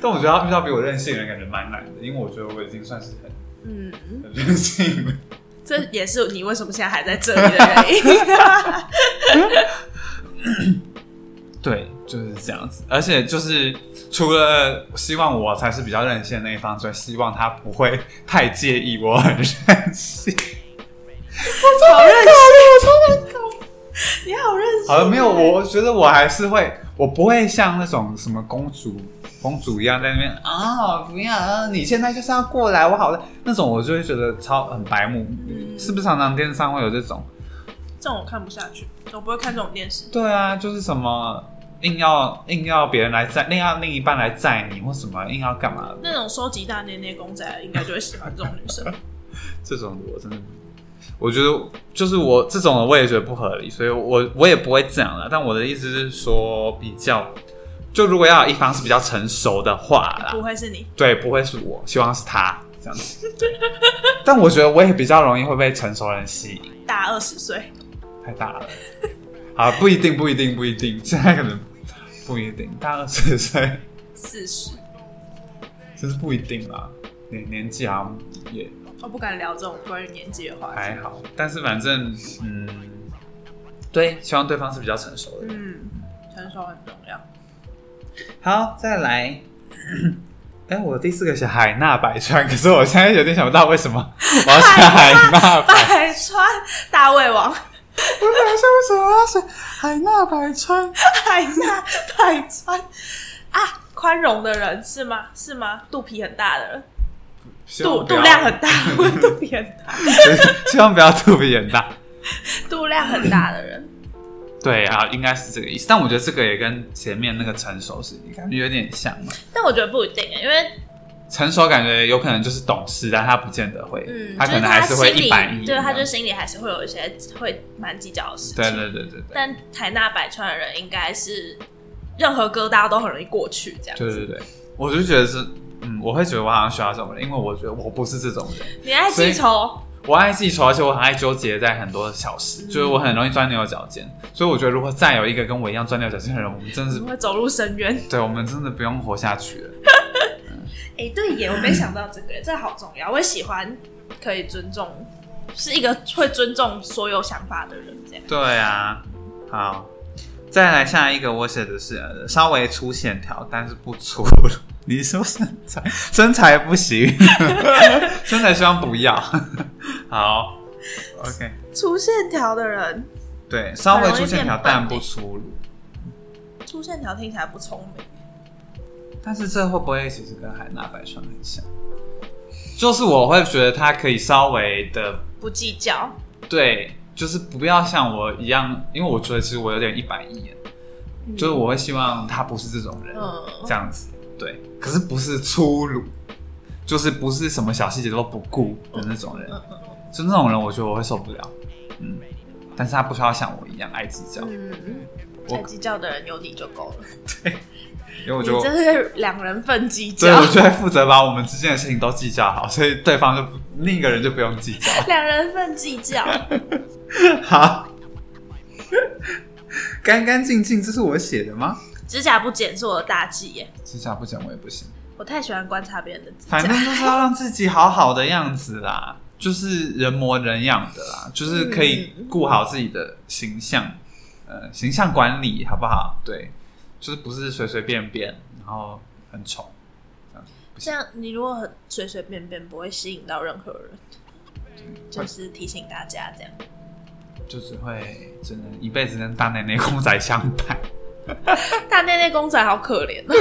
Speaker 2: 但我觉得要遇到比我任性的人，感觉蛮难的，因为我觉得我已经算是很
Speaker 1: 嗯，
Speaker 2: 很任性了。 (laughs)
Speaker 1: 这也是你为什么现在还在这里的原因。 (laughs)
Speaker 2: 对，就是这样子。而且就是除了希望我才是比较任性的那一方之外，希望他不会太介意我很任性。
Speaker 1: 好任性，你好任性。
Speaker 2: 好了，没有，我觉得我还是会，我不会像那种什么公主公主一样在那边啊，不要，啊你现在就是要过来，我好了那种，我就会觉得超很白目，
Speaker 1: 嗯
Speaker 2: 是不是常常电视上会有这种？
Speaker 1: 这种我看不下去，我不会看这种电视。
Speaker 2: 对啊，就是什么硬要硬要别人来载，硬要另一半来载你或什么，硬要干嘛？
Speaker 1: 那种收集大捏捏公仔，应该就会喜欢这种女生。
Speaker 2: 这种的我真的不，我觉得就是我这种的我也觉得不合理，所以我我也不会这样了。但我的意思是说，比较就如果要有一方是比较成熟的话啦
Speaker 1: 不，会是你，
Speaker 2: 对，不会是我，希望是他。这样子。 (laughs) 但我觉得我也比较容易会被成熟人吸引，
Speaker 1: 大二十岁，
Speaker 2: 太大 (laughs) 了。啊，不一定，不一定，不一定，现在可能不一定，大二十岁 (laughs)
Speaker 1: 四十，
Speaker 2: 就是不一定啦。年年纪好像也
Speaker 1: 我不敢聊这种关于年纪的话题。
Speaker 2: 还好，但是反正嗯，对，希望对方是比较成熟的。
Speaker 1: 嗯，成熟很重要。
Speaker 2: 好，再来。 (coughs) 哎、我第四个是海纳百川，可是我现在有点想不到为什么我要选 (laughs) 海纳百
Speaker 1: (laughs)
Speaker 2: 川。
Speaker 1: 百川大胃王，
Speaker 2: 我本来说为什么要选海纳百川？
Speaker 1: 海纳哎百川啊，宽容的人是吗？是吗？肚皮很大的人，
Speaker 2: 希望
Speaker 1: 肚
Speaker 2: 不要
Speaker 1: 肚量很大， (laughs) 我肚皮很大，
Speaker 2: 希望不要肚皮很大。 (laughs)
Speaker 1: 肚量很大的 (laughs) 人，
Speaker 2: 对啊，应该是这个意思。但我觉得这个也跟前面那个成熟是感觉有点像嘛。
Speaker 1: 但我觉得不一定欸，因为
Speaker 2: 成熟感觉有可能就是懂事，但他不见得会，
Speaker 1: 嗯，
Speaker 2: 他
Speaker 1: 就
Speaker 2: 可
Speaker 1: 是
Speaker 2: 能还是会
Speaker 1: 心
Speaker 2: 一板一
Speaker 1: 里，
Speaker 2: 眼。
Speaker 1: 对，他就心里还是会有一些会蛮计较的事情。
Speaker 2: 对对对对对。
Speaker 1: 但海纳百川的人应该是任何疙瘩都很容易过去，这样
Speaker 2: 对
Speaker 1: 子。
Speaker 2: 对对，我就觉得是，嗯，我会觉得我好像需要这种人，因为我觉得我不是这种人，
Speaker 1: 你爱
Speaker 2: 所以
Speaker 1: 记仇，
Speaker 2: 我爱记仇，而且我很爱纠结在很多小事，就是我很容易钻牛角尖，所以我觉得如果再有一个跟我一样钻牛角尖的人，我们真的
Speaker 1: 你
Speaker 2: 是，
Speaker 1: 会走入深渊。
Speaker 2: 对我们真的不用活下去了。
Speaker 1: 哎、对耶，我没想到这个，这好重要。我也喜欢可以尊重，是一个会尊重所有想法的人，这样。
Speaker 2: 对啊，好，再来下一个，我写的是呃稍微粗线条，但是不粗。 (laughs) 你说身材，身材不 (laughs) 行，身材希望不要。好，OK。
Speaker 1: 粗线条的人，
Speaker 2: 对，稍微
Speaker 1: 很容易
Speaker 2: 粗线条，
Speaker 1: 变笨
Speaker 2: 但
Speaker 1: 欸
Speaker 2: 不粗鲁。
Speaker 1: 粗线条听起来不聪明。
Speaker 2: 但是这会不会其实跟海纳百川很像？就是我会觉得他可以稍微的
Speaker 1: 不计较，
Speaker 2: 对，就是不要像我一样，因为我觉得其实我有点一板一眼，
Speaker 1: 嗯
Speaker 2: 就是我会希望他不是这种人，
Speaker 1: 嗯
Speaker 2: 这样子对。可是不是粗鲁，就是不是什么小细节都不顾的那种人，
Speaker 1: 嗯嗯
Speaker 2: 就那种人，我觉得我会受不了。嗯，但是他不需要像我一样爱计较，
Speaker 1: 嗯嗯，
Speaker 2: 我
Speaker 1: 爱计较的人有你就够了。
Speaker 2: 因为我
Speaker 1: 你
Speaker 2: 就
Speaker 1: 真是两人份计
Speaker 2: 所以
Speaker 1: 较
Speaker 2: 我，就会负责把我们之间的事情都计较好，所以对方就不另一个人就不用计较。
Speaker 1: (laughs) 两人份计
Speaker 2: (laughs)
Speaker 1: 较。
Speaker 2: 好，干干净净，这是我写的吗？
Speaker 1: 指甲不剪是我的大忌耶，
Speaker 2: 指甲不剪我也不行，
Speaker 1: 我太喜欢观察别人的指
Speaker 2: 反
Speaker 1: 甲。
Speaker 2: 正就是要让自己好好的样子啦，就是人模人样的啦，就是可以顾好自己的形象，呃，形象管理好不好？对，就是不是随随便便，然后很丑。
Speaker 1: 这样你如果很随随便便，不会吸引到任何人。就是提醒大家这样。
Speaker 2: 就只会只能一辈子跟大奶奶公仔相伴。
Speaker 1: 大内内公仔好可怜哦，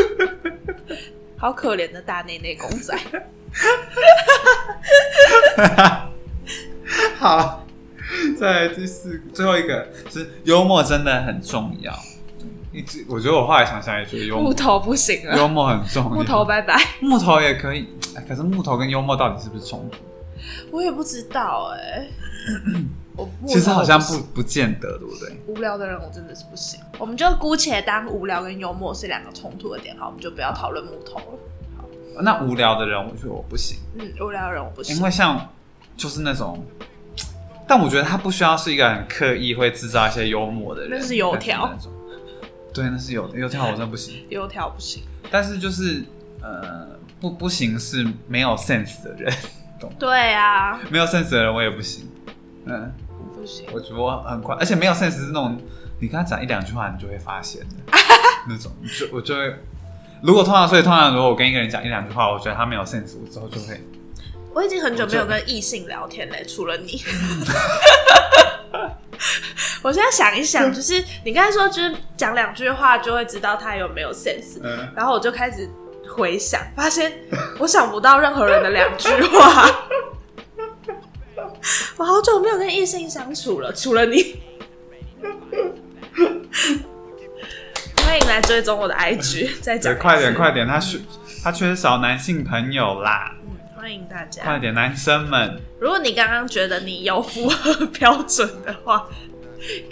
Speaker 1: (laughs) 好可怜的大内内公仔。
Speaker 2: (laughs) 好，再来第四个最后一个是幽默真的很重要。一直我觉得我后来想想也觉得幽
Speaker 1: 木
Speaker 2: 默
Speaker 1: 头不行
Speaker 2: 幽
Speaker 1: 了，
Speaker 2: 默很重要。
Speaker 1: 木头拜拜。
Speaker 2: 木头也可以，哎可是木头跟幽默到底是不是冲突？
Speaker 1: 我也不知道哎、 (coughs) 我木头
Speaker 2: 其实好像不
Speaker 1: 行
Speaker 2: 不见得，对不对？
Speaker 1: 无聊的人，我真的是不行。我们就姑且当无聊跟幽默是两个冲突的点，好，我们就不要讨论木头了。
Speaker 2: 那无聊的人，我觉得我不行，
Speaker 1: 嗯，无聊的人我不行
Speaker 2: 因。为像就是那种。但我觉得他不需要是一个很刻意会制造一些幽默的人，
Speaker 1: 那是油条
Speaker 2: 那种。对，那是油油条，我真的不行。
Speaker 1: 油条不行。
Speaker 2: 但是就是呃，不不行是没有 sense 的人， (laughs) 懂？
Speaker 1: 对啊，
Speaker 2: 没有 sense 的人我也不行。嗯，
Speaker 1: 不行。
Speaker 2: 我觉得我很快，而且没有 sense 是那种你跟他讲一两句话你就会发现
Speaker 1: (laughs)
Speaker 2: 的那种，你就我就会。如果通常，所以通常如果我跟一个人讲一两句话，我觉得他没有 sense，我之后就会
Speaker 1: 我已经很久没有跟异性聊天嘞，除了 (laughs) 你。我现在想一想，就是你刚才说，就是讲两句话就会知道他有没有 sense，
Speaker 2: 嗯，
Speaker 1: 然后我就开始回想，发现 (laughs) 我想不到任何人的两句话。 (laughs) 我好久没有跟异性相处了，除了你。 (laughs) 欢迎来追踪我的 IG，再
Speaker 2: 对，
Speaker 1: 讲一次
Speaker 2: 快点快点，他缺他缺少男性朋友啦，
Speaker 1: 嗯，欢迎大家。
Speaker 2: 快点，男生们，
Speaker 1: 如果你刚刚觉得你有符合标准的话，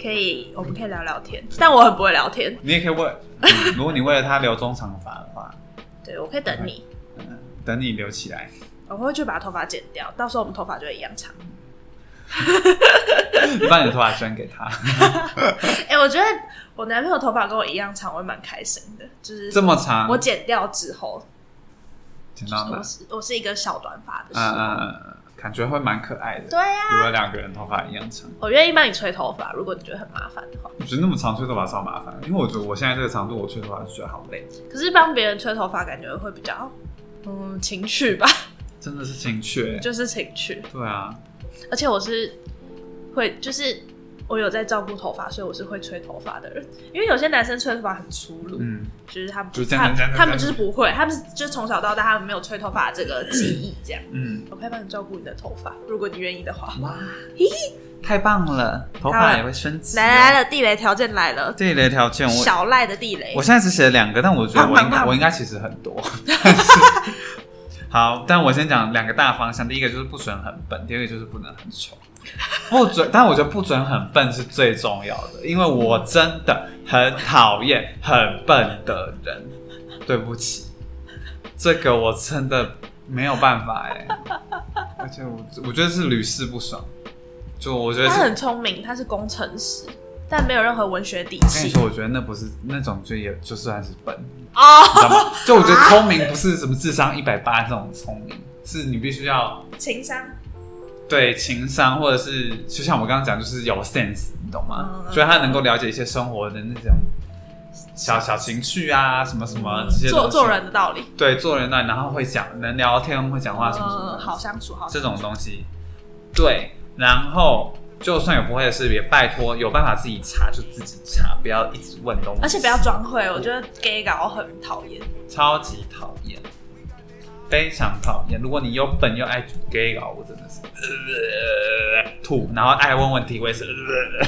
Speaker 1: 可以，我们可以聊聊天。但我很不会聊天，
Speaker 2: 你也可
Speaker 1: (laughs)
Speaker 2: 以为，嗯如果你为了他留中长发的话，
Speaker 1: 对我可以等你。
Speaker 2: 等你留起来。
Speaker 1: 我会去把头发剪掉，到时候我们头发就会一样长。
Speaker 2: 你把你的头发捐给他， (laughs)
Speaker 1: 哎、我觉得我男朋友头发跟我一样长，我也蛮开心的。就是
Speaker 2: 这么长，
Speaker 1: 我剪掉之后，
Speaker 2: 剪
Speaker 1: 就
Speaker 2: 到
Speaker 1: 是
Speaker 2: 哪
Speaker 1: 我？是我是一个小短发的时
Speaker 2: 嗯
Speaker 1: 候，
Speaker 2: 嗯嗯嗯，感觉会蛮可爱的。
Speaker 1: 对啊呀、
Speaker 2: 如果两个人头发一样长，
Speaker 1: 我愿意帮你吹头发，如果你觉得很麻烦的话。
Speaker 2: 我觉得那么长吹头发超麻烦，因为我觉得我现在这个长度我吹头发就觉得好累，
Speaker 1: 可是帮别人吹头发感觉会比较，嗯，情趣吧， (laughs)
Speaker 2: 真的是情趣欸。
Speaker 1: 就是情趣。
Speaker 2: 对啊，
Speaker 1: 而且我是会，就是我有在照顾头发，所以我是会吹头发的人。因为有些男生吹头发很粗鲁，
Speaker 2: 嗯，
Speaker 1: 就是他们
Speaker 2: 就是这样
Speaker 1: 他
Speaker 2: 这样
Speaker 1: 们
Speaker 2: 这
Speaker 1: 他
Speaker 2: 样
Speaker 1: 们就是不会，他们就是从小到大他们没有吹头发这个记忆，这样。
Speaker 2: 嗯，
Speaker 1: 我可以帮你照顾你的头发，如果你愿意的话。
Speaker 2: 哇，太棒了，头
Speaker 1: 好
Speaker 2: 发
Speaker 1: 了
Speaker 2: 也会升级。
Speaker 1: 来来，来了，地雷条件来了，
Speaker 2: 这一类条件我
Speaker 1: 小赖的地雷
Speaker 2: 我。现在只写了两个，但我觉得我应
Speaker 1: 棒棒
Speaker 2: 该
Speaker 1: 棒
Speaker 2: 我应该其实很多。 (laughs) 但是好，但我先讲两个大方向，第一个就是不准很笨，第二个就是不能很丑。不准，但我觉得不准很笨是最重要的，因为我真的很讨厌很笨的人。对不起，这个我真的没有办法哎、 (laughs) 而且我我觉得是屡试不爽，就我觉得
Speaker 1: 他
Speaker 2: 是
Speaker 1: 很聪明，他是工程师，但没有任何文学底
Speaker 2: 我跟你
Speaker 1: 气
Speaker 2: 说，。我觉得那不是那种就也就算是笨，
Speaker 1: 哦，
Speaker 2: 你知道吗？ (laughs) 就我觉得聪明不是什么智
Speaker 1: 啊
Speaker 2: 商一百八这种聪明，是你必须要
Speaker 1: 情商。
Speaker 2: 对情商或者是就像我刚刚讲，就是有 sense，你懂吗？
Speaker 1: 嗯
Speaker 2: 所以他能够了解一些生活的那种小小情绪啊，什么什么这些
Speaker 1: 嗯做
Speaker 2: 东西
Speaker 1: 做人的道理，
Speaker 2: 对做人呢，然后会讲能聊天，会讲话什么什么
Speaker 1: 嗯
Speaker 2: 的
Speaker 1: 好相处，好相处
Speaker 2: 这种东西，对，然后。就算有不会的事，也拜托有办法自己查就自己查，不要一直问东西，
Speaker 1: 而且不要装会，我觉得 gay 搞很讨厌。
Speaker 2: 超级讨厌，非常讨厌。如果你又笨又爱 gay 搞，我真的是、呃、吐，然后爱问问题，我也是、呃、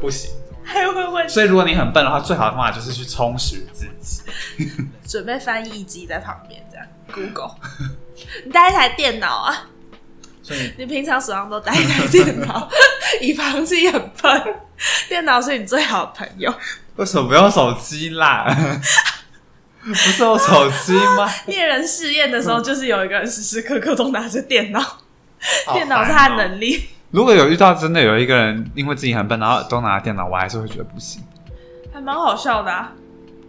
Speaker 2: 不行。
Speaker 1: 还会问
Speaker 2: 所以如果你很笨的话，最好的方法就是去充实自己。
Speaker 1: 准备翻译机在旁边这样，Google。你带一台电脑啊？
Speaker 2: 所以
Speaker 1: 你平常手上都带一台电脑，
Speaker 2: (laughs)
Speaker 1: 以防自己很笨。电脑是你最好的朋友，
Speaker 2: 为什么不用手机啦？ (laughs) 不是有手机吗？
Speaker 1: 猎人试验的时候，就是有一个人时时刻刻都拿着电脑， (laughs) (laughs) 电脑是他的
Speaker 2: 好烦哦
Speaker 1: 能力。
Speaker 2: 如果有遇到真的有一个人因为自己很笨，然后都拿电脑，我还是会觉得不行。
Speaker 1: 还蛮好笑的、啊，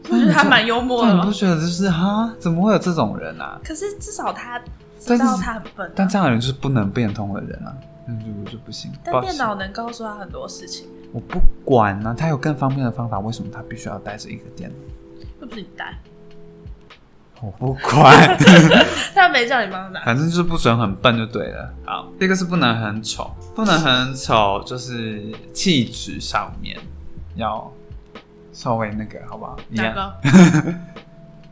Speaker 1: 我觉得他蛮幽默的
Speaker 2: 但你不
Speaker 1: 嘛。
Speaker 2: 觉得就是哈？怎么会有这种人啊？
Speaker 1: 可是至少他知
Speaker 2: 但是
Speaker 1: 道他很笨啊、
Speaker 2: 但这样的人就是不能变通的人啊，那就我就不行。
Speaker 1: 但
Speaker 2: 抱
Speaker 1: 电
Speaker 2: 歉
Speaker 1: 脑能告诉他很多事情，
Speaker 2: 我不管呢、啊，他有更方便的方法，为什么他必须要带着一个电脑？
Speaker 1: 又不是你
Speaker 2: (laughs)
Speaker 1: 带，
Speaker 2: 我不
Speaker 1: (laughs)
Speaker 2: 管，
Speaker 1: 他没叫你帮他 (laughs) 拿。
Speaker 2: 反正就是不准很笨就对了。好，这个是不能很丑，不能很丑，就是气质上面要稍微那个，好不好？一
Speaker 1: 哪
Speaker 2: 样
Speaker 1: 个？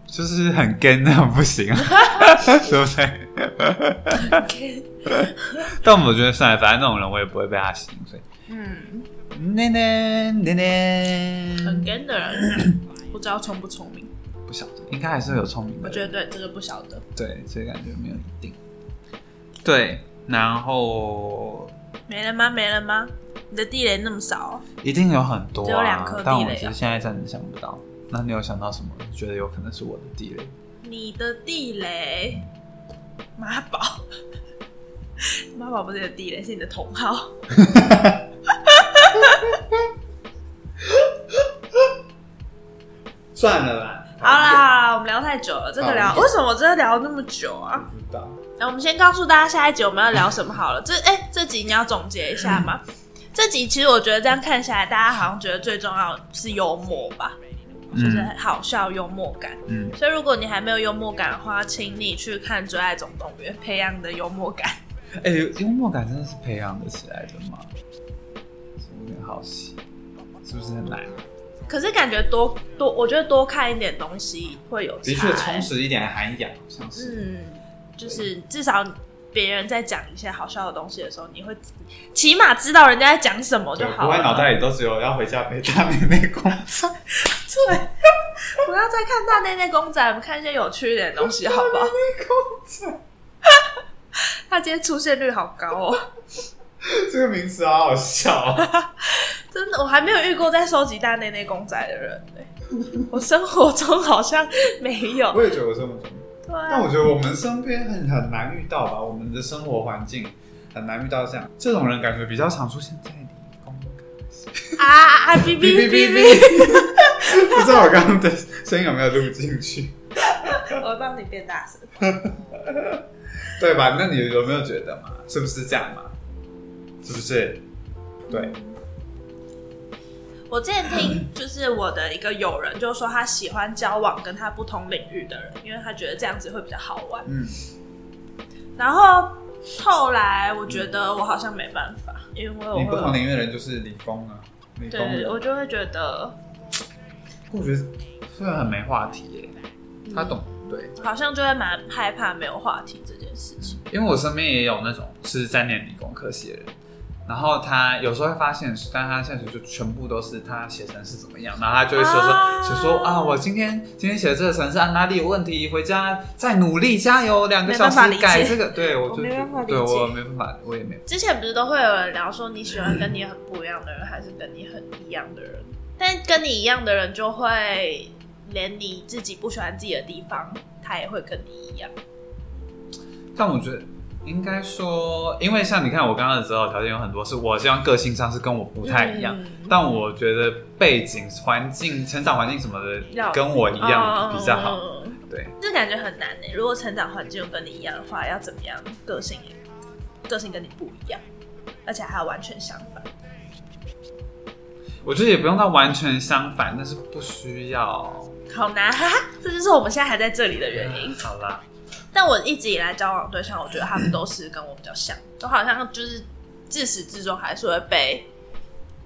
Speaker 2: 就是很跟那样不行啊，
Speaker 1: (laughs)
Speaker 2: 对不对？但我觉得算了，反正那种人我也不会被他吸引，所以。
Speaker 1: 嗯，
Speaker 2: 那那那
Speaker 1: 很
Speaker 2: 那，
Speaker 1: 跟的人，不知道聪不聪明。
Speaker 2: 不晓得，应该还是有聪明的
Speaker 1: 我
Speaker 2: 人。
Speaker 1: 觉得对这个不晓得，
Speaker 2: 对，所以感觉没有一定。对，然后
Speaker 1: 没了吗？没了吗？你的地雷那么少哦、
Speaker 2: 一定有很多、啊，
Speaker 1: 只有两颗地雷啊
Speaker 2: 但我其实现在暂时想不到。那你有想到什么？你觉得有可能是我的地雷？
Speaker 1: 你的地雷，妈宝，妈宝不是你的地雷，是你的同好。
Speaker 2: 算了啦，
Speaker 1: 好啦，好啦，我们聊太久了，这个聊
Speaker 2: 好
Speaker 1: 为什么我真的聊那么久啊？
Speaker 2: 不知道。
Speaker 1: 那我们先告诉大家下一集我们要聊什么好了。这哎、这集你要总结一下吗？
Speaker 2: 嗯
Speaker 1: 这集其实我觉得这样看下来，大家好像觉得最重要的是幽默吧，就是
Speaker 2: 嗯
Speaker 1: 好笑幽默感。
Speaker 2: 嗯，
Speaker 1: 所以如果你还没有幽默感的话，请你去看《最爱总动员》，培养你的幽默感。
Speaker 2: 哎、幽默感真的是培养得起来的吗？有点好奇，是不是很难？
Speaker 1: 可是感觉多多，我觉得多看一点东西会有
Speaker 2: 的
Speaker 1: 差、欸
Speaker 2: 确，充实一点涵养，好像是。
Speaker 1: 嗯，就是至少别人在讲一些好笑的东西的时候，你会起码知道人家在讲什么就
Speaker 2: 对，
Speaker 1: 好了。啊
Speaker 2: 不会脑袋里都只有要回家陪大妹妹工作。
Speaker 1: 对，不要再看大内内公仔，我们看一些有趣一点的东西，好不好？他今天出现率好高哦，
Speaker 2: (laughs) 这个名词好好
Speaker 1: (laughs)
Speaker 2: 笑、哦。
Speaker 1: 真的，我还没有遇过在收集大内内公仔的人、欸、我生活中好像没有，
Speaker 2: 我也觉得我这么
Speaker 1: 对啊
Speaker 2: 但我觉得我们身边很很难遇到吧，我们的生活环境很难遇到这样这种人，感觉比较常出现在理工
Speaker 1: 啊啊啊！哔
Speaker 2: 哔
Speaker 1: 哔
Speaker 2: 哔
Speaker 1: 哔
Speaker 2: 哔 (laughs)
Speaker 1: 哔，
Speaker 2: 哔，不知道我刚刚的声音有没有录进去，
Speaker 1: 我会帮你变大声。
Speaker 2: 对吧？那你有没有觉得嘛？是不是这样嘛？是不是？对，
Speaker 1: 我之前听就是我的一个友人就说他喜欢交往跟他不同领域的人，因为他觉得这样子会比较好玩。
Speaker 2: 嗯，
Speaker 1: 然后后来我觉得我好像没办法，因为我
Speaker 2: 你不同
Speaker 1: 会
Speaker 2: 领域的人就是理工啊，理工
Speaker 1: 哦对，
Speaker 2: 人，
Speaker 1: 我就会觉得
Speaker 2: 我觉得虽然很没话题耶，他懂，对，
Speaker 1: 嗯好像就会蛮害怕没有话题这件事情。
Speaker 2: 因为我身边也有那种是三年理工科系的人，然后他有时候会发现实，但他现实就全部都是他写程式怎么样，然后他就会说说
Speaker 1: 啊
Speaker 2: 写、说啊，我今天今天写的这个程式啊哪里有问题，回家再努力加油，两个小
Speaker 1: 没办法理
Speaker 2: 时
Speaker 1: 解
Speaker 2: 改这个，对我
Speaker 1: 我
Speaker 2: 就
Speaker 1: 没
Speaker 2: 觉
Speaker 1: 办法
Speaker 2: 得
Speaker 1: 理
Speaker 2: 对
Speaker 1: 解
Speaker 2: 我没办法，我也没
Speaker 1: 之前不是都会有人聊说你喜欢跟你很不一样的人，还是跟你很一样的人？但跟你一样的人就会连你自己不喜欢自己的地方，他也会跟你一样。
Speaker 2: 但我觉得应该说，因为像你看我刚刚的择偶条件有很多，是我希望个性上是跟我不太一样，
Speaker 1: 嗯
Speaker 2: 但我觉得背景、环境、成长环境什么
Speaker 1: 要嗯
Speaker 2: 的跟我一样比较好。
Speaker 1: 哦
Speaker 2: 对，
Speaker 1: 这感觉很难呢、如果成长环境跟你一样的话，要怎么样个性也个性跟你不一样，而且还要完全相反。
Speaker 2: 我觉得也不用到完全相反，但是不需要。
Speaker 1: 好难， (laughs) 哈哈，这就是我们现在还在这里的原因。
Speaker 2: 好啦，
Speaker 1: 但我一直以来交往对象，我觉得他们都是跟我比较像，都好像就是自始至终还是会被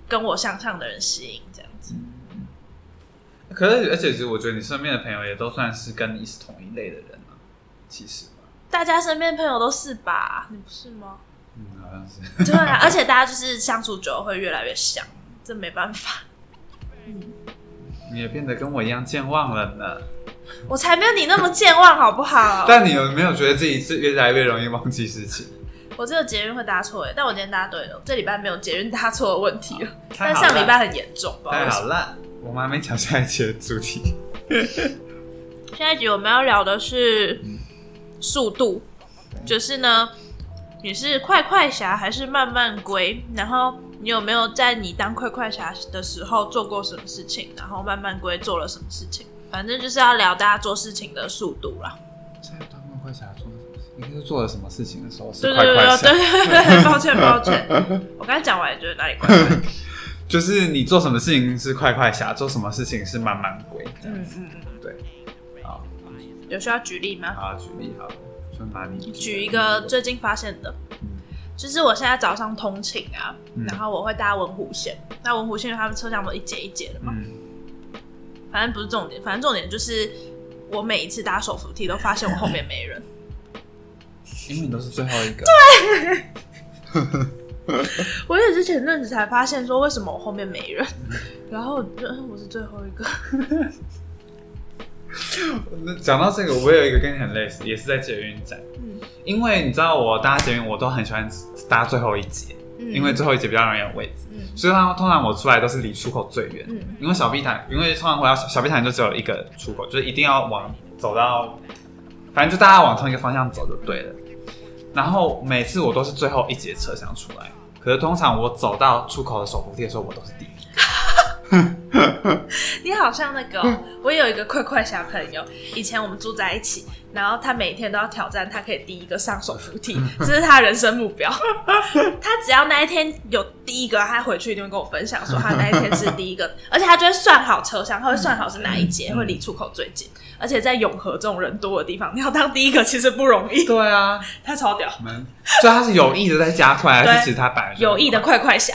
Speaker 1: 跟我相像的人吸引这样子。
Speaker 2: 嗯可是而且其实我觉得你身边的朋友也都算是跟你是同一类的人啊，其实吧，
Speaker 1: 大家身边朋友都是
Speaker 2: (laughs)
Speaker 1: 吧？你不是吗？
Speaker 2: 嗯，好像是。
Speaker 1: 对啊，而且大家就是相处久了会越来越像，这没办法。
Speaker 2: 你也变得跟我一样健忘了呢。
Speaker 1: 我才没有你那么健忘，好不好？
Speaker 2: 但你有没有觉得自己是越来越容易忘记事情？
Speaker 1: 我只有捷运会搭错哎，但我今天搭对了，这礼拜没有捷运搭错的问题了，
Speaker 2: 太
Speaker 1: 但
Speaker 2: 好
Speaker 1: 上礼
Speaker 2: 了
Speaker 1: 拜很严重，不知道为
Speaker 2: 太
Speaker 1: 什
Speaker 2: 好
Speaker 1: 么。
Speaker 2: 了，我们还没讲下一期的主题。
Speaker 1: 下一集我们要聊的是速度，就是呢，你是快快侠还是慢慢龟？然后你有没有在你当快快侠的时候做过什么事情？然后慢慢龟做了什么事情？反正就是要聊大家做事情的速度啦。
Speaker 2: 现在当快快侠做了什么事？应该是做了什么事情的时候是
Speaker 1: 对
Speaker 2: 快
Speaker 1: 对对对
Speaker 2: 快侠，
Speaker 1: 对对对，抱歉抱歉，我刚才讲完也觉得哪里怪怪的。
Speaker 2: 就是你做什么事情是快快侠，做什么事情是慢慢归这样
Speaker 1: 嗯
Speaker 2: 子。
Speaker 1: 嗯嗯，
Speaker 2: 对，好，
Speaker 1: 有需要举例吗？
Speaker 2: 好，举例好了，就拿你
Speaker 1: 举一个最近发现的，
Speaker 2: 嗯
Speaker 1: 就是我现在早上通勤啊，
Speaker 2: 嗯
Speaker 1: 然后我会搭文湖线，那文湖线他们车厢不是一节一节的嘛，
Speaker 2: 嗯，
Speaker 1: 反正不是重点，反正重点就是我每一次搭手扶梯都发现我后面没
Speaker 2: (laughs)
Speaker 1: 人，
Speaker 2: 因为你都是最后一个。对，
Speaker 1: 我也是前阵子才发现说为什么我后面没人，然后我就嗯我是最后一个，
Speaker 2: 那讲到这个，我有一个跟你很类似，也是在捷运站，
Speaker 1: 嗯
Speaker 2: 因为你知道我搭捷运，我都很喜欢搭最后一节，
Speaker 1: 嗯
Speaker 2: 因为最后一节比较容易有位置，
Speaker 1: 嗯
Speaker 2: 所以通常我出来都是离出口最远。
Speaker 1: 嗯
Speaker 2: 因为小碧潭，因为通常回到小小碧潭就只有一个出口，就是一定要往走到，反正就大家往同一个方向走就对了。然后每次我都是最后一节车厢出来，可是通常我走到出口的手扶梯的时候，我都是第一。
Speaker 1: 你好像那个哦、我有一个快快侠朋友，以前我们住在一起，然后他每天都要挑战，他可以第一个上手扶梯，这是他人生目标。 (laughs) 他只要那一天有第一个，他回去一定会跟我分享说他那一天是第一个，而且他就会算好车厢，他会算好是哪一节会离出口最近，而且在永和这种人多的地方，你要当第一个其实不容易。
Speaker 2: 对啊，
Speaker 1: 他超屌，
Speaker 2: 我们所以他是有意的在加快，还是其实他本来就
Speaker 1: 有意的快快侠。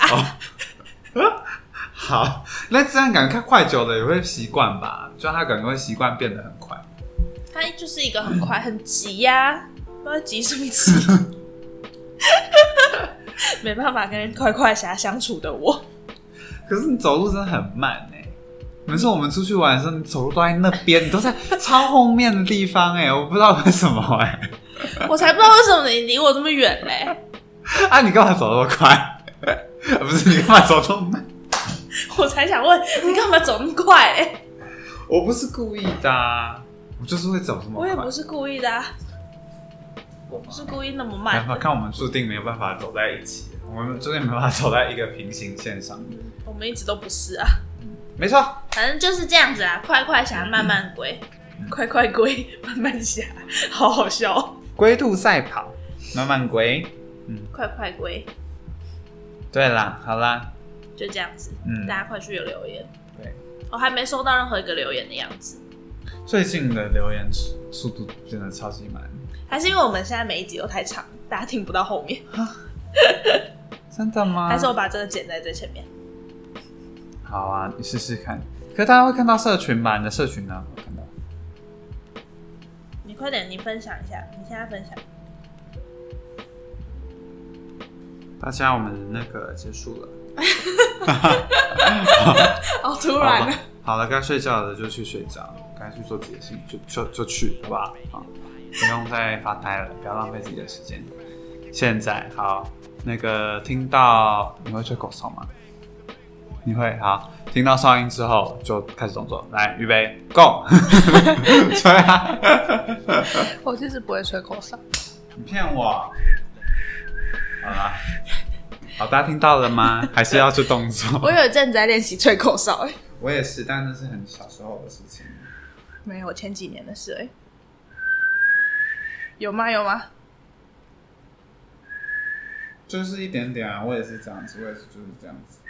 Speaker 2: 好？那这样感觉看快久了也会习惯吧，就他感觉会习惯变得很快。
Speaker 1: 他就是一个很快很急呀、不知道急什么急。 (laughs) 没办法跟快快侠相处的我，
Speaker 2: 可是你走路真的很慢哎、每次我们出去玩的时候，你走路都在那边，你都在超后面的地方哎、我不知道为什么哎、
Speaker 1: 我才不知道为什么你离我这么远嘞！
Speaker 2: 啊，你干嘛走那么快？ (laughs) 啊不是你干嘛走那么慢？
Speaker 1: 我才想问你干嘛走那么快嘞？
Speaker 2: 我不是故意的、啊，我就是会走这么
Speaker 1: 我
Speaker 2: 快
Speaker 1: 也，不是故意的、啊，我不是故意那么
Speaker 2: 没
Speaker 1: 慢
Speaker 2: 办法，
Speaker 1: 的。
Speaker 2: 看我们注定没有办法走在一起，我们注定没办法走在一个平行线上。
Speaker 1: 我们一直都不是啊，
Speaker 2: 没错，
Speaker 1: 反正就是这样子啊，快快侠慢慢归，
Speaker 2: 嗯
Speaker 1: 快快归慢慢侠，好好笑哦、
Speaker 2: 龟兔赛跑，慢慢龟。
Speaker 1: 快快归，
Speaker 2: 对啦，好啦，
Speaker 1: 就这样子，
Speaker 2: 嗯
Speaker 1: 大家快去留言。
Speaker 2: 对，
Speaker 1: 我还没收到任何一个留言的样子，
Speaker 2: 最近的留言速速度真的超级慢，
Speaker 1: 还是因为我们现在每一集都太长，大家听不到后面，
Speaker 2: 真的吗？
Speaker 1: 还是我把这个剪在最前面。
Speaker 2: 好啊，你试试看。可大家会看到社群吧？你的社群呢？我看到。
Speaker 1: 你快点，你分享一下，你现在分享。
Speaker 2: 大家，我们那个结束了。
Speaker 1: 好突
Speaker 2: 不
Speaker 1: 然呢，
Speaker 2: 好了，该睡觉的就去睡觉，该去做自己的事情就就就去，好不好？好，不用再发呆了，不要浪费自己的时间。现在好，那个听到你会吹口哨吗？你会好，听到哨音之后就开始动作，来，预备，Go，吹啊！
Speaker 3: 我就是不会吹口哨。
Speaker 2: 你骗我！好啦，好，大家听到了吗？还是要做动
Speaker 3: 我
Speaker 2: 作？
Speaker 3: 有一阵子在练习吹口哨、
Speaker 1: 欸
Speaker 3: 哎，
Speaker 2: 我也是，但那是很小时候的事情。
Speaker 3: 没有前几年的事、哎，有吗？有吗？
Speaker 2: 就是一点点啊，我也是这样子，我也是就是这样子。